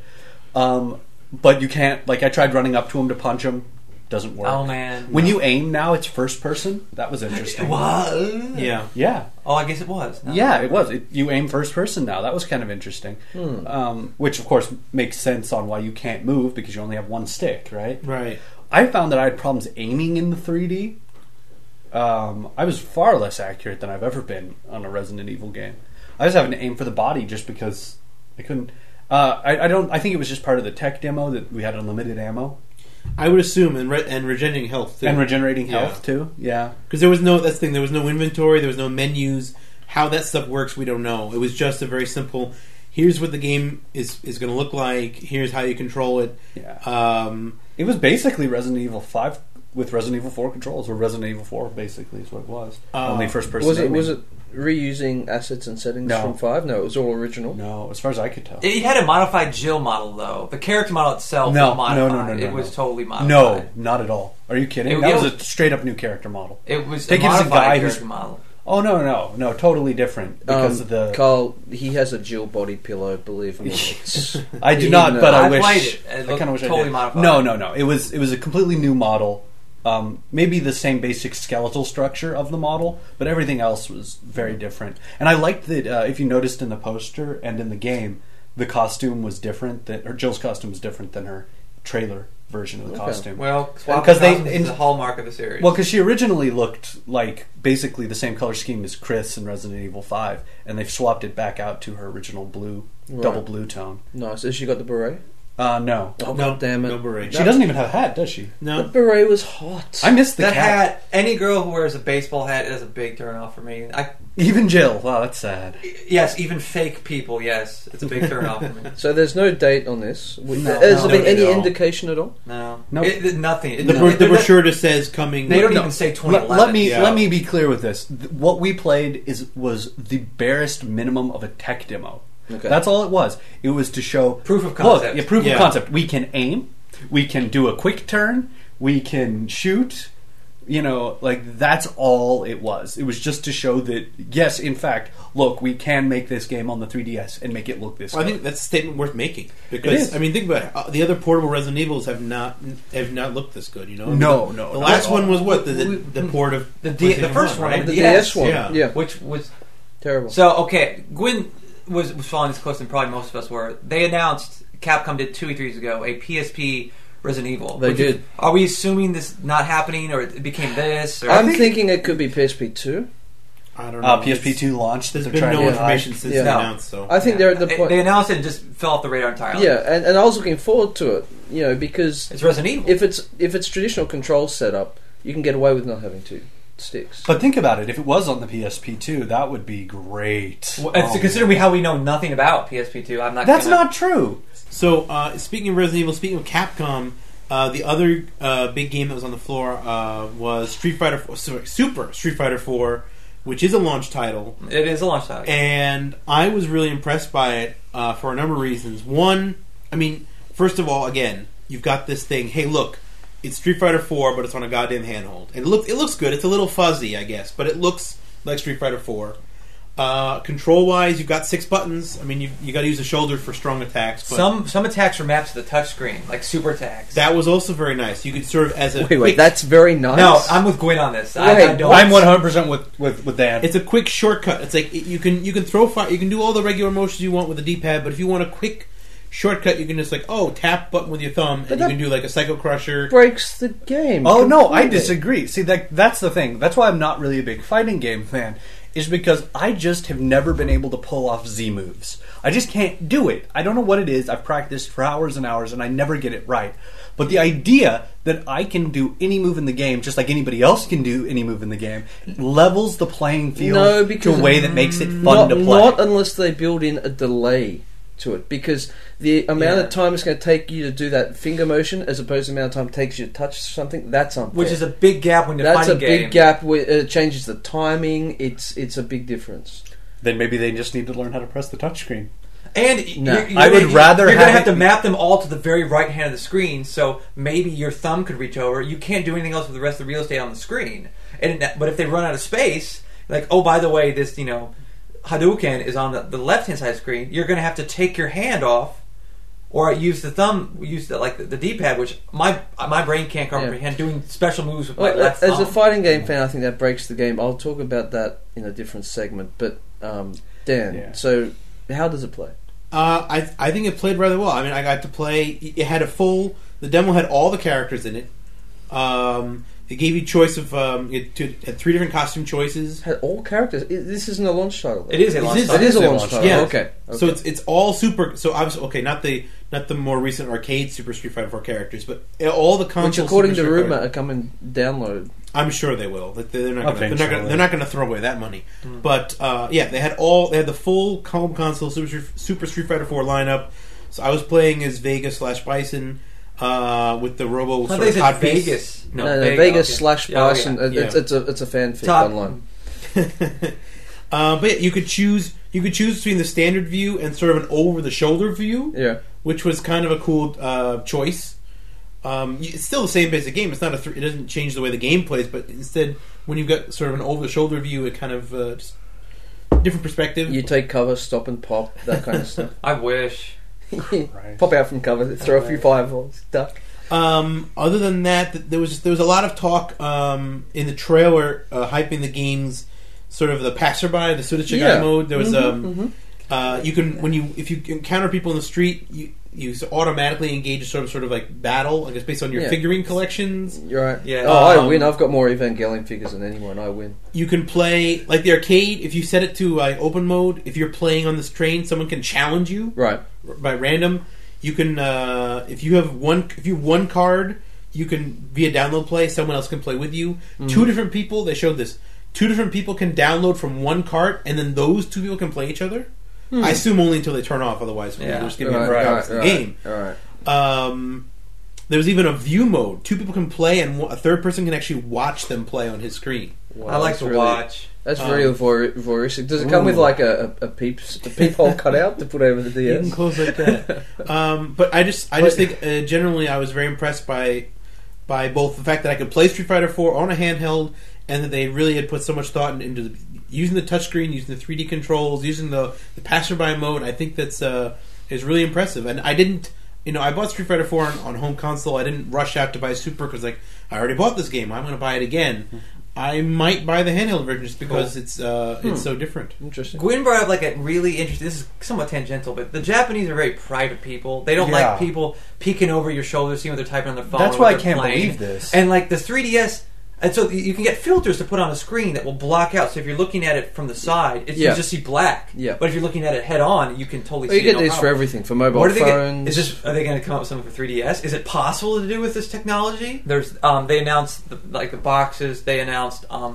Um, but you can't. Like I tried running up to him to punch him. Doesn't work. Oh, man. When you aim now, it's first person. That was interesting. was. Yeah. Yeah. Oh, I guess it was. No. Yeah, it was. It, you aim first person now. That was kind of interesting. Hmm. Um, which, of course, makes sense on why you can't move because you only have one stick, right? Right. I found that I had problems aiming in the 3D. Um, I was far less accurate than I've ever been on a Resident Evil game. I was having to aim for the body just because I couldn't. Uh, I, I don't. I think it was just part of the tech demo that we had unlimited ammo I would assume, and re- and regenerating health too. and regenerating Yeah. health too. Yeah, Because there was no that's the thing. There was no inventory. There was no menus. How that stuff works, we don't know. It was just a very simple. Here's what the game is is going to look like. Here's how you control it. Yeah. Um, it was basically Resident Evil Five with Resident Evil Four controls, or Resident Evil Four basically is what it was. Uh, Only first person. Was it aiming. was it reusing assets and settings No. from five? No, it was all original. No, as far as I could tell. It had a modified Jill model, though. The character model itself No, was modified. no, no, no, no, It was no. totally modified. no, not at all. Are you kidding? It- that was it- a straight up new character model. It was They a give us a modified guy who's- character model. Oh no, no, no, totally different because Um, of the. Carl, he has a Jill body pillow. Believe me, It's- I do he- not, no. but I, I wish. played it. It I looked kind of wish I totally did. modified. No, no, no. It was it was a completely new model. Um, maybe the same basic skeletal structure of the model, but everything else was very different. And I liked that uh, if you noticed in the poster and in the game, the costume was different. That or Jill's costume was different than her trailer version of the Okay. costume. Well, Because because they- they is the in- hallmark of the series. Well, because she originally looked like basically the same color scheme as Chris in Resident Evil Five, and they've swapped it back out to her original blue, Right. double blue tone. nice. Has she got the beret? Uh, no, Oh, no, God damn it! No beret. she doesn't even have a hat, does she? The No. beret was hot. I missed the that cat. hat. Any girl who wears a baseball hat is a big turnoff for me. I, Even Jill. Wow, that's sad. yes, even fake people. Yes, it's a big turnoff for me. So there's no date on this. W- No. Has No, there been not at any all. indication at all? No, Nope. It- it- nothing. It- The, it- bro- the it- brochure just says coming. They don't No. even say Let, 2011. let me Yeah. let me be clear with this. Th- What we played is was the barest minimum of a tech demo. Okay. That's all it was. It was to show Proof of Look, concept. yeah, proof Yeah. of concept. We can aim. We can do a quick turn. We can shoot. You know, like that's all it was. It was just to show that yes, in fact, look, we can make this game on the 3DS and make it look this. Well, I good. think that's a statement worth making It because is. I mean, think about it. Uh, the other portable Resident Evils have not have not looked this good. You know, I mean, No, the- no, The not last at one all. was what the We- the, the port of The D- the PlayStation first one, right? the The DS, DS one. yeah. Yeah. which was Terrible. so okay. Gwen was, was following this closely, and probably most of us were. They announced Capcom did two E3s ago a PSP Resident Evil. They Which is- did. Are we assuming this not happening, or it became this? Or I'm thinking it could be PSP two. I don't know. uh, PSP two launched. There's they're been trying no Yeah. to- information since Yeah. it's No. announced, so I think Yeah. they're at the They- point. they announced it and just fell off the radar entirely. yeah, and, and I was looking forward to it. You know, because it's Resident Evil. if it's if it's traditional control setup, you can get away with not having two sticks. But think about it. If it was on the PSP two, that would be great. Well, it's Oh, considering we, how we know nothing about PSP2, I'm not. That's gonna, not true. So, uh, speaking of Resident Evil, speaking of Capcom, uh, the other uh, big game that was on the floor uh, was Street Fighter 4, sorry, Super Street Fighter 4, which is a launch title, It is a launch title. and I was really impressed by it uh, for a number of reasons. One, I mean, first of all, again, you've got this thing. Hey, look, it's Street Fighter 4, but it's on a goddamn handheld. And it looks it looks good. It's a little fuzzy, I guess, but it looks like Street Fighter 4. Uh, control wise, you've got six buttons. I mean, you you got to use the shoulder for strong attacks. But some some attacks are mapped to the touchscreen, like super attacks. that was also very nice. You could serve as a wait, wait, quick- that's very nice. no, I'm with Gwyn on this. I, I Wait, don't. I'm 100 percent with with with that. it's a quick shortcut. It's like it- you can you can throw fire, you can do all the regular motions you want with the D-pad, but if you want a quick shortcut, you can just like oh tap button with your thumb, and you that- can do like a Psycho Crusher. breaks the game. Oh no, I completely. disagree. See, that that's the thing. That's why I'm not really a big fighting game fan. is because I just have never been able to pull off Z moves. I just can't do it. I don't know what it is. I've practiced for hours and hours and I never get it right. But the idea that I can do any move in the game, just like anybody else can do any move in the game, levels the playing field No, to because- a way that makes it fun not, to play. not unless they build in a delay to it, because the amount of time it's going to take you to do that finger motion, as opposed to the amount of time it takes you to touch something, that's unfair. which is a big gap when you're that's a fighting big game. gap. Where it changes the timing. It's it's a big difference. then maybe they just need to learn how to press the touchscreen. And No. you're, you're I would gonna, rather you're gonna have have, it- to map them all to the very right hand of the screen. So maybe your thumb could reach over. You can't do anything else with the rest of the real estate on the screen. And that- but if they run out of space, like oh by the way, this you know Hadouken is on the, the left hand side of the screen. You're gonna have to take your hand off. Or use the thumb, use the, like the, the D-pad, which my my brain can't comprehend. Doing special moves with my Well, left as thumb. a fighting game fan, I think that breaks the game. I'll talk about that in a different segment. But um, Dan, Yeah. so how does it play? Uh, I I think it played rather well. I mean, I got to play. It had a full. The demo had all the characters in it. Um, it gave you choice of um, it, it had three different costume choices. Had all characters. i this isn't a launch title. though. it is a It launch is- It title. is a It's a launch launch title. title. Okay. okay. So it's it's all super. So obviously, okay, not the not the more recent arcade Super Street Fighter Four characters, but all the console. which, according Super to Street rumor, Fighter- are coming download. I'm sure they will. That They're not. Gonna, they're not. Gonna, Eventually. they're not going to throw away that money. But uh, yeah, they had all. They had the full home console Super, Street- Super Street Fighter Four lineup. So I was playing as Vegas slash Bison uh, with the Robo. I sort thought they of said hot piece. Vegas. No, No, no, Vega, Vegas okay. slash Yeah, oh, Bison. yeah. It- It's, it's a it's a fanfic Top- online. uh, but yeah, you could choose. You could choose between the standard view and sort of an over-the-shoulder view, Yeah. which was kind of a cool uh, choice. Um, y- it's still the same basic game. It's not a. Th- it doesn't change the way the game plays, but instead, when you've got sort of an over-the-shoulder view, it kind of uh, just different perspective. You take cover, stop and pop, that kind of stuff. I wish. pop out from cover, throw a few fireballs, duck. Um, other than that, th- there was there was a lot of talk um, in the trailer uh, hyping the game's sort of the passerby, the Suda Shigai Yeah. mode. There was Mhm, um, Uh, you can when you if you encounter people in the street, you you automatically engage in sort of sort of like battle. I guess based on your Yeah. figurine collections, You're right. Yeah. Oh, I Um, win. I've got more Evangelion figures than anyone. I win. you can play like the arcade. If you set it to uh, open mode, if you're playing on this train, someone can challenge you. Right. by random. You can uh, if you have one if you have one card, you can via download play. Someone else can play with you. Two different people. They showed this. Two different people can download from one cart, and then those two people can play each other. I assume only until they turn off. Otherwise, Yeah. they're just giving right, it right, out of the game. All right. Um, there was even a view mode. Two people can play, and one- a third person can actually watch them play on his screen. Wow, I like that's to really- watch. Um, That's very voyeur- voyeuristic. Does it come with like a, a, a peeps a peephole cutout to put over the You can DS? close like that. um, but I just, I just think uh, generally, I was very impressed by by both the fact that I could play Street Fighter Four on a handheld, and that they really had put so much thought in- into the, using the touchscreen, using the 3D controls, using the the passerby mode. I think that's uh, is really impressive. And I didn't, you know, I bought Street Fighter Four on, on home console. I didn't rush out to buy Super because like I already bought this game. I'm going to buy it again. I might buy the handheld version just because it's uh, it's so different. Interesting. Gwyn brought up like a really interesting. This is somewhat tangential, but the Japanese are very private people. They don't Yeah. like people peeking over your shoulder, seeing what they're typing on their phone. That's or why what I they're can't playing. believe this. And like the 3DS, and so you can get filters to put on a screen that will block out. So if you're looking at it from the side, it's, Yeah. you just see black. Yeah. But if you're looking at it head on, you can totally. Well, you see get no these for problem. everything for mobile What do they phones. get? Is this are they going to come up with something for 3DS? Is it possible to do with this technology? There's um, they announced the, like the boxes. They announced um,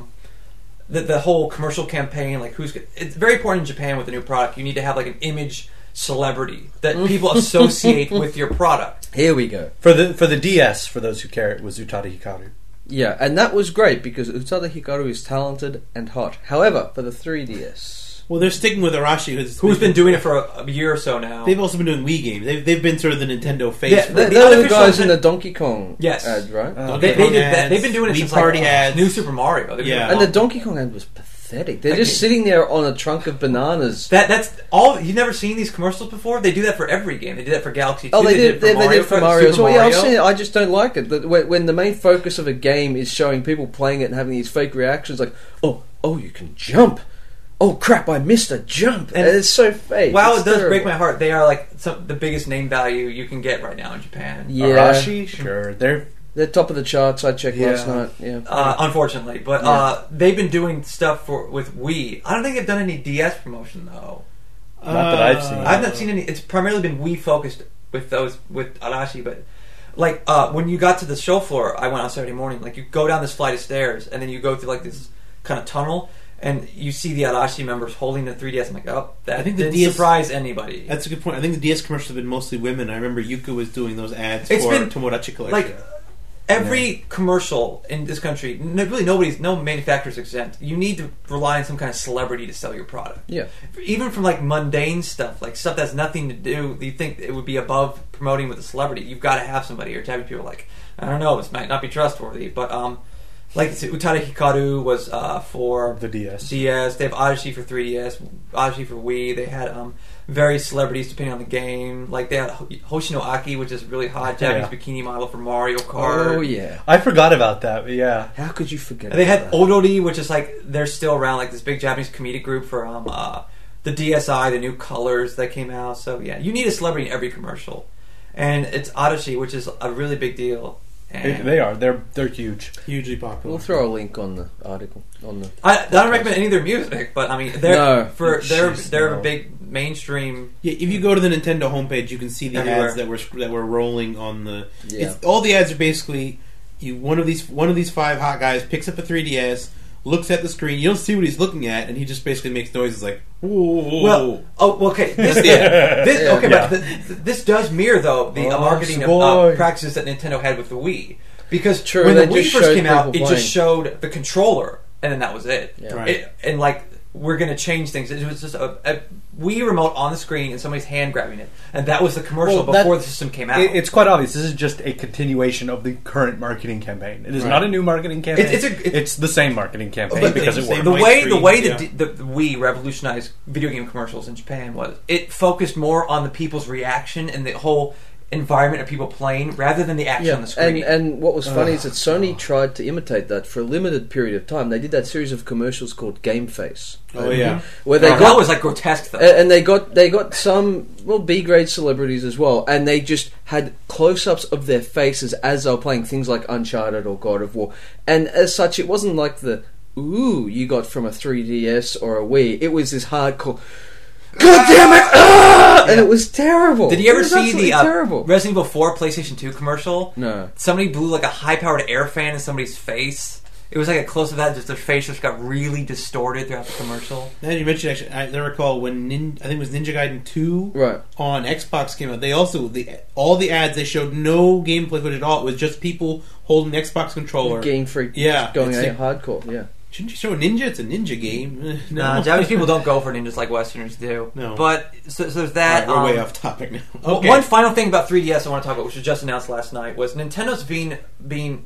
the the whole commercial campaign. Like who's it's very important in Japan with a new product. You need to have like an image celebrity that Mm. people associate with your product. Here we go. For the for the DS, for those who care, it was Utada Hikaru. Yeah, and that was great because Utada Hikaru is talented and hot. However, for the 3DS, Well, they're sticking with Arashi, who's Who's been doing it for a, a year or so now? They've also been doing Wii games. They've, they've been sort of the Nintendo face. Yeah, for- they, The they were the unofficial guys in Nintendo- the Donkey Kong Yes. ad, right? Uh, They, they Donkey did Kong that. They've been doing it ads, since Wii Party like, ads. New Super Mario. They've been Yeah. doing it and the all- Donkey Kong ad was pathetic. They're I just can't- sitting there on a trunk of bananas. That that's all. You've never seen these commercials before. They do that for every game. They did that for Galaxy. 2. Oh, they did. for They, they Mario, did for Mario. Super So yeah, I've Mario. seen it. I just don't like it. That when, when the main focus of a game is showing people playing it and having these fake reactions, like oh, oh, you can jump. Oh crap! I missed a jump. And And- it's so fake. Wow, It's it does terrible. break my heart. They are like some, the biggest name value you can get right now in Japan. Yeah, Arashi, sure. They're They're top of the charts. I checked Yeah. last night. Yeah. uh, unfortunately. But Yeah. uh, they've been doing stuff for with Wii. I don't think they've done any DS promotion though. Not that I've seen. I've not seen any. It's primarily been Wii focused with those with Arashi, but. Like uh, when you got to the show floor, I went on Saturday morning. Like you go down this flight of stairs, and then you go through like this kind of tunnel, and you see the Arashi members holding the 3DS. I'm like, oh, that I think the didn't DS surprise anybody. That's a good point. I think the DS commercials have been mostly women. I remember Yuka was doing those ads It's for been- Tomodachi Collection. like every commercial in this country n- really nobody's no manufacturer's exempt you need to rely on some kind of celebrity to sell your product Yeah. even from like mundane stuff like stuff that's nothing to do you think it would be above promoting with a celebrity you've got to have somebody or type of people like i don't know this might not be trustworthy but um like it's- Utada Hikaru was uh, for The DS. DS. They have Odyssey for 3DS, Odyssey for Wii. They had um, various celebrities depending on the game. Like they had Ho- Hoshino Aki, which is really hot Japanese bikini model for Mario Kart. Oh yeah. I forgot about that. But yeah, How could you forget? And they had about that? Odori, which is like they're still around, like this big Japanese comedic group for um, uh, the DSI, the new colors that came out. So yeah, you need a celebrity in every commercial, and it's Odyssey, which is a really big deal. They- And they are. They're they're huge. hugely popular. We'll throw a link on the article on the. I, I don't recommend any of their music, but I mean, they're No. for they're Jeez, they're no. a big mainstream. Yeah, if you go to the Nintendo homepage, you can see the Everywhere. ads that were that were rolling on the. Yeah. It's, all the ads are basically you. One of these one of these five hot guys picks up a 3ds, looks at the screen. You don't see what he's looking at, and he just basically makes noises like "whoa." Well, oh, okay. This, Yeah. this, Yeah. okay, Yeah. but th- th- this does mirror though the uh, Oh, marketing of, uh, sugoi. practices that Nintendo had with the Wii, because True, when the they Wii just first showed came out, it people just showed the controller, and then that was it. Yeah. Right. It- and like we're gonna change things. It was just a, a Wii remote on the screen and somebody's hand grabbing it, and that was the commercial Well, that- before the system came out. It, it's quite obvious. This is just a continuation of the current marketing campaign. It is Right. not a new marketing campaign. It's- it's a- it- it's the same marketing campaign But because the- it works. the Mike way the Green, way yeah. the, the, the Wii revolutionized video game commercials in Japan was it focused more on the people's reaction and the whole environment of people playing rather than the action on the and screen. and what was funny is that Sony tried to imitate that for a limited period of time. They did that series of commercials called Game Face. Oh, yeah. where they that got was like grotesque though. A- and they got they got some well B grade celebrities as well, and they just had close ups of their faces as they were playing things like Uncharted or God of War, and as such, it wasn't like the ooh you got from a 3DS or a Wii. It was this hardcore. God damn it! Ah! And it was terrible. Did you It ever was see absolutely the uh, terrible? Resident Evil 4 PlayStation 2 commercial? No. Somebody blew like a high powered air fan in somebody's face. It was like a close of that, just their face just got really distorted throughout the commercial. now that you mentioned actually, I, I recall when Nin, I think it was Ninja Gaiden two Right. on Xbox came out. They also the all the ads they showed no gameplay footage at all. It was just people holding the Xbox controller. Game Freak Yeah, going it's out hardcore, yeah. Shouldn't you show a ninja? It's a ninja game. Eh, no, Nah, Uh, Japanese people don't go for ninjas like Westerners do. No. But so, so there's All right, that. we're way um, off topic now. Well, One final thing about 3DS I want to talk about, which was just announced last night, was Nintendo's being being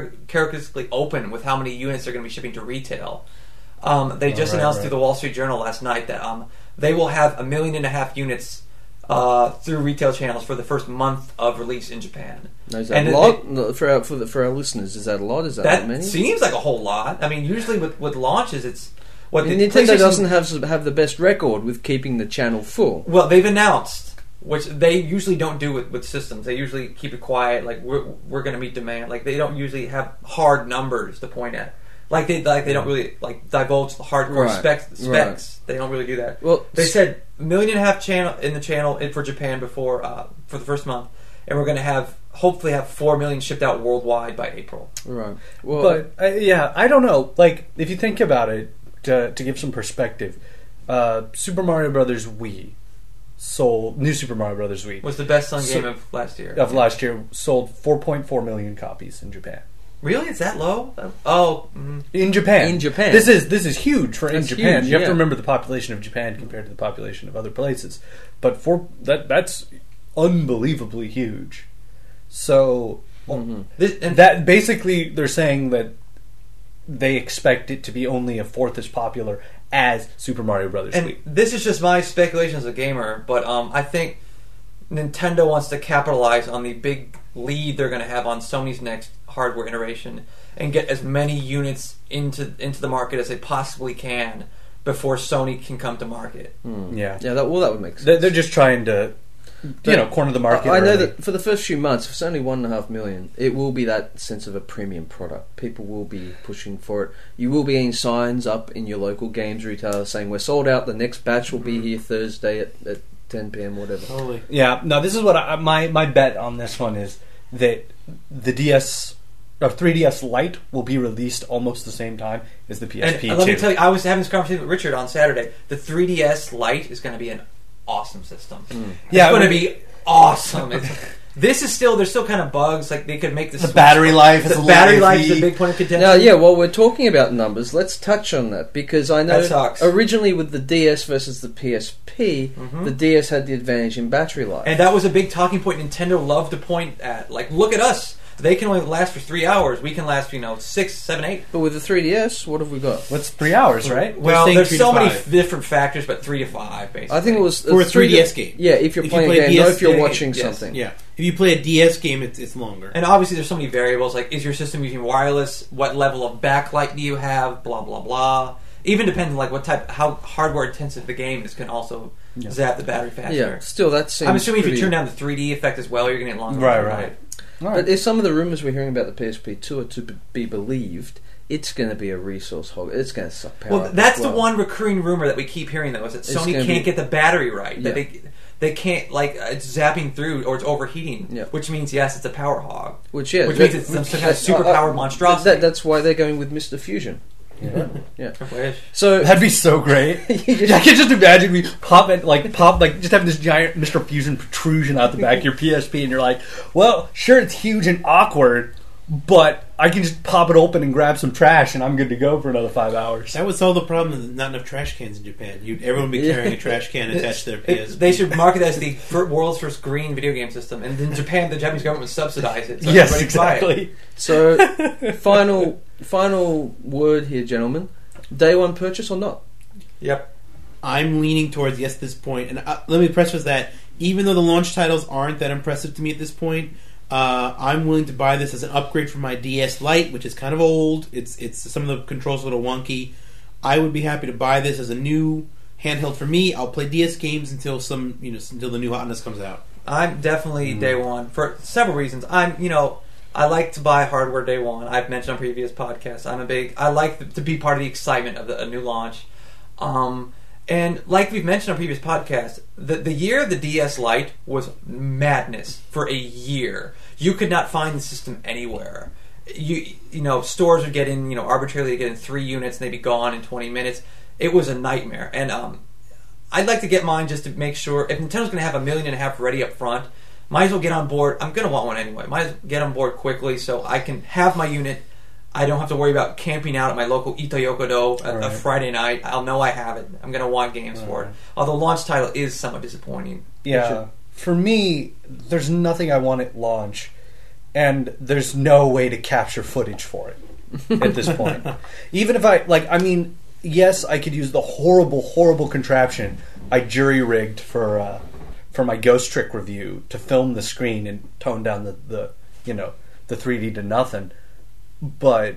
uncharacteristically open with how many units they're going to be shipping to retail. Um, Oh, they just right, announced right. through the Wall Street Journal last night that um, they will have a million and a half units uh, through retail channels for the first month of release in Japan. No, is that And a it- lot No, for our, for, the, for our listeners? Is that a lot? Is that, That many? seems like a whole lot. I mean, usually with, with launches, it's what the Nintendo PlayStation- doesn't have have the best record with keeping the channel full. Well, they've announced, which they usually don't do with, with systems. They usually keep it quiet, like we're we're going to meet demand. Like they don't usually have hard numbers to point at. Like they like they don't really like divulge the hardcore Right, specs. right. Specs. They don't really do that. Well, they s- said a million and a half channel in the channel in- for Japan before uh, for the first month, and we're going to have hopefully have four million shipped out worldwide by April. Right. Well, But uh, yeah, I don't know. Like if you think about it, to, to give some perspective, uh, Super Mario Brothers Wii sold new Super Mario Brothers Wii Was the best selling So- game of last year. of last year sold 4.4 million copies in Japan. Really, it's that low? Oh, mm. In Japan, In Japan. this is this is huge for in That's Japan. huge, you have yeah. to remember the population of Japan compared to the population of other places. But for that, that's unbelievably huge. So Mm-hmm. this, and that basically they're saying that they expect it to be only a fourth as popular as Super Mario Brothers and Wii. this is just my speculation as a gamer, but um, I think Nintendo wants to capitalize on the big lead they're going to have on Sony's next hardware iteration and get as many units into into the market as they possibly can before Sony can come to market. Yeah. Mm. yeah, that well, that would make sense. They're they're just trying to you know, corner the market. I I know early. that for the first few months, if it's only one and a half million, it will be that sense of a premium product. People will be pushing for it. You will be getting signs up in your local games retailer saying we're sold out. The next batch will be here Thursday at, at 10 p.m. Whatever. Totally. Yeah, no, this is what I, my my bet on this one is that the DS or 3DS Lite will be released almost the same time as the And PSP. let me too. tell you, I was having this conversation with Richard on Saturday. The 3DS Lite is going to be an awesome system. It's Mm. Yeah, it going to would- be awesome. It's- this is still there's still kind of bugs. Like they could make this the battery life is The battery life lively. is a big point of contention. Now, yeah, while we're talking about numbers, let's touch on that because I know That sucks. originally with the DS versus the PSP, the DS had the advantage in battery life. And that was a big talking point Nintendo loved to point at. Like, look at us. They can only last for three hours. We can last, you know, six, seven, eight. but with the 3DS, what have we got? What's three hours, right? Well, saying there's three so to many five. different factors, but three to five, basically. I think it was For a it's three 3DS di- game. Yeah, if you're If you playing play a game, DS not if you're game, watching yes. something. Yeah. If you play a DS game, it's it's longer. And obviously, there's so many variables. Like, is your system using wireless? What level of backlight do you have? Blah blah blah. Even depending, like, what type, how hardware intensive the game is, can also zap the battery faster. Yeah, still that seems. I'm assuming if you pretty- turn down the 3D effect as well, you're going to get longer. Right, battery right. life. But All right. if some of the rumours we're hearing about the PSP 2 are to b- be believed, it's going to be a resource hog. It's going to suck power. Well, up as that's the well. one recurring rumor that we keep hearing though is that It's Sony gonna can't be- get the battery right. That Yeah. they they can't like uh, it's zapping through or it's overheating, Yeah. which means yes, it's a power hog. Which, yeah, which that- means it's some sort of that's- superpowered I- I- monstrosity. That, that's why they're going with Mr. Fusion. Yeah. I wish. So That'd be so great. You just- I can just imagine we pop it like pop like just having this giant Mr. Fusion protrusion out the back of your PSP, and you're like, well, sure, it's huge and awkward, but I can just pop it open and grab some trash, and I'm good to go for another five hours. That would solve the problem of not enough trash cans in Japan. You'd everyone would be carrying a trash can attached to their It- PS. they should market it as the fir- world's first green video game system, and in Japan, the Japanese government would subsidize it. So yes, everybody buy it. exactly. So, final final word here, gentlemen. Day one purchase or not? Yep. I'm leaning towards yes at this point, and uh, let me preface that even though the launch titles aren't that impressive to me at this point, uh, I'm willing to buy this as an upgrade from my DS Lite, which is kind of old. It's it's some of the controls a little wonky. I would be happy to buy this as a new handheld for me. I'll play DS games until some you know until the new hotness comes out. I'm definitely day one for several reasons. I'm, you know, I like to buy hardware day one. I've mentioned on previous podcasts. I'm a big. I like to be part of the excitement of the, a new launch. Um, and like we've mentioned on previous podcasts, the the year of the DS Lite was madness for a year. You could not find the system anywhere. You you know stores would get in you know arbitrarily get in three units and they'd be gone in 20 minutes. It was a nightmare. And um, I'd like to get mine just to make sure. If Nintendo's going to have a million and a half ready up front, might as well get on board. I'm going to want one anyway. Might as well get on board quickly so I can have my unit. I don't have to worry about camping out at my local Itoyokodo a, a Right. Friday night. I'll know I have it. I'm going to want games for it. Although launch title is somewhat disappointing. Yeah. For me, there's nothing I want at launch, and there's no way to capture footage for it at this point. Even if I, like, I mean, yes, I could use the horrible, horrible contraption I jury rigged for, uh, for my Ghost Trick review to film the screen and tone down the, the you know, the 3D to nothing. But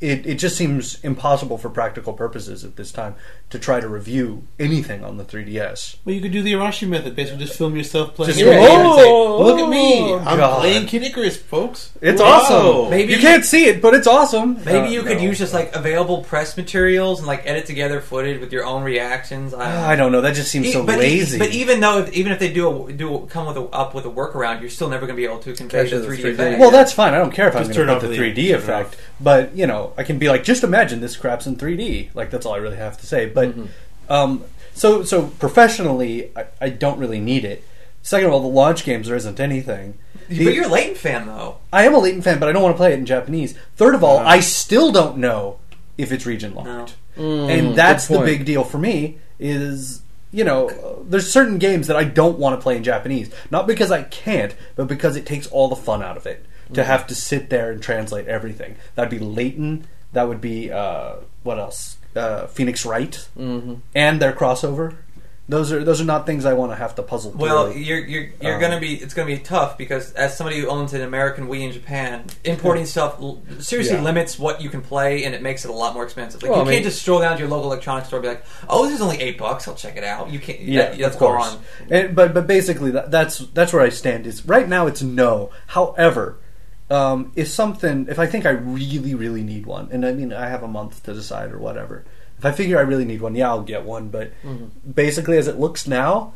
it, it just seems impossible for practical purposes at this time to try to review anything on the 3DS. Well, you could do the Arashi method, basically just film yourself playing. Just your go, game and say, "Oh, Look at me! oh, I'm God." playing Kid Icarus, folks. It's Wow." awesome. Maybe- you can't see it, but it's awesome. Maybe Uh, you could no. use just like available press materials and like edit together footage with your own reactions. I don't know. Ah, I don't know. That just seems E- so but, e- lazy. But even though, if, even if they do a, do a- come with a, up with a workaround, you're still never going to be able to convey Capture the the 3D 3D. effect. well, that's fine. I don't care if I'm Just going turn to off put the the- 3D turn it effect. off. But you know, I can be like, just imagine this crap's in 3D. Like that's all I really have to say. But Mm-hmm. um, so so professionally, I, I don't really need it. Second of all, the launch games there isn't anything. The- but you're a Leighton fan though. I am a Leighton fan, but I don't want to play it in Japanese. Third of all, I still don't know if it's region locked, and that's Mm, good the point. big deal for me. Is you know, uh, there's certain games that I don't want to play in Japanese, not because I can't, but because it takes all the fun out of it to Mm-hmm. have to sit there and translate everything. That'd be Leighton. That Mm-hmm. would be uh, what else? Uh, Phoenix Wright and their crossover. Those are those are not things I want to have to puzzle. Well, through. you're you're, you're Um, gonna be it's gonna be tough because as somebody who owns an American Wii in Japan, importing stuff l- seriously Yeah. limits what you can play and it makes it a lot more expensive. Like Well, you I can't mean- just stroll down to your local electronics store and be like, "Oh, this is only eight bucks. I'll check it out." You can't. yeah, that, that's of course. gone. And, but but basically, that, that's that's where I stand. Is right now it's no. However, um, if something, if I think I really really need one, and I mean I have a month to decide or whatever. If I figure I really need one, yeah, I'll get one. But basically, as it looks now,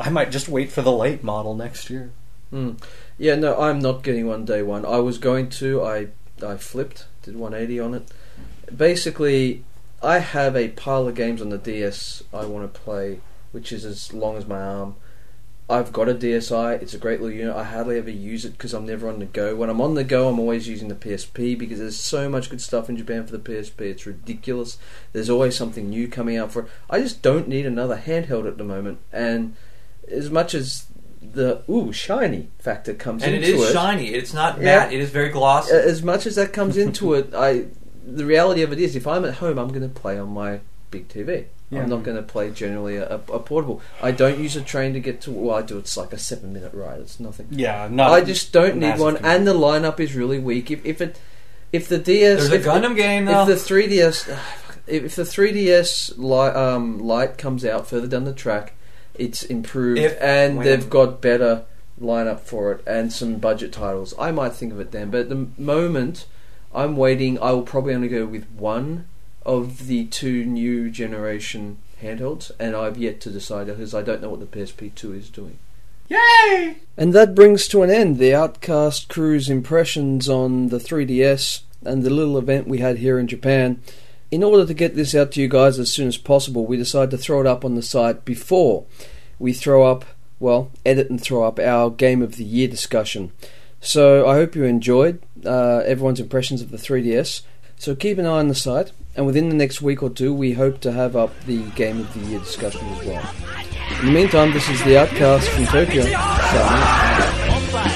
I might just wait for the late model next year. Mm. Yeah, no, I'm not getting one day one. I was going to. I I flipped, did 180 on it. Basically, I have a pile of games on the DS I want to play, which is as long as my arm. I've got a DSi. It's a great little unit. I hardly ever use it because I'm never on the go. When I'm on the go, I'm always using the PSP because there's so much good stuff in Japan for the PSP. It's ridiculous. There's always something new coming out for it. I just don't need another handheld at the moment. And as much as the ooh shiny factor comes And it into is it, shiny. It's not Yeah. matte. It is very glossy. a- uh, as much as that comes into it, I the reality of it is, if I'm at home, I'm going to play on my big TV. Yeah. I'm not going to play generally a, a portable. I don't use a train to get to. Well, I do. It's like a seven minute ride. It's nothing. Yeah, not I just don't need massive one, computer. and the lineup is really weak. If if it if the DS There's a if, Gundam game though. if the 3DS if the 3DS light um, light comes out further down the track, it's improved If- and when- they've got better lineup for it and some budget titles. I might think of it then, but at the moment I'm waiting. I will probably only go with one of the two new generation handhelds, and I've yet to decide because I don't know what the PSP two is doing. Yay! And that brings to an end the Outcast Crew's impressions on the 3DS and the little event we had here in Japan. In order to get this out to you guys as soon as possible, we decided to throw it up on the site before we throw up, well, edit and throw up our Game of the Year discussion. So I hope you enjoyed uh, everyone's impressions of the 3DS. So keep an eye on the site, and within the next week or two, we hope to have up the Game of the Year discussion as well. In the meantime, this is the Outcast from Tokyo. signing out.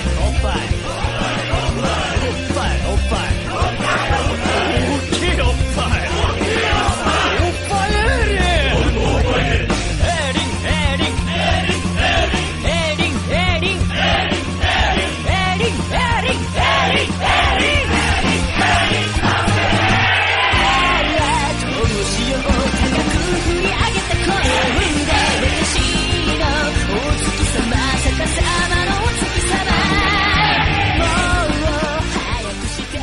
もう早くして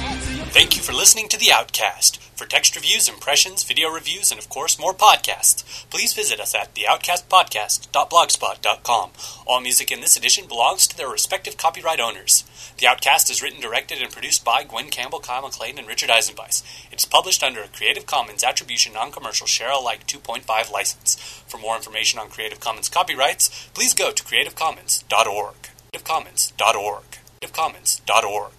Thank you for listening to The Outcast. For text reviews, impressions, video reviews, and of course more podcasts, please visit us at theoutcastpodcast.blogspot.com. All music in this edition belongs to their respective copyright owners. The Outcast is written, directed, and produced by Gwen Campbell, Kyle McLean, and Richard Eisenbeis. It's published under a Creative Commons Attribution Non-Commercial Share Alike 2.5 license. For more information on Creative Commons copyrights, please go to creativecommons.org. creativecommons.org. creativecommons.org.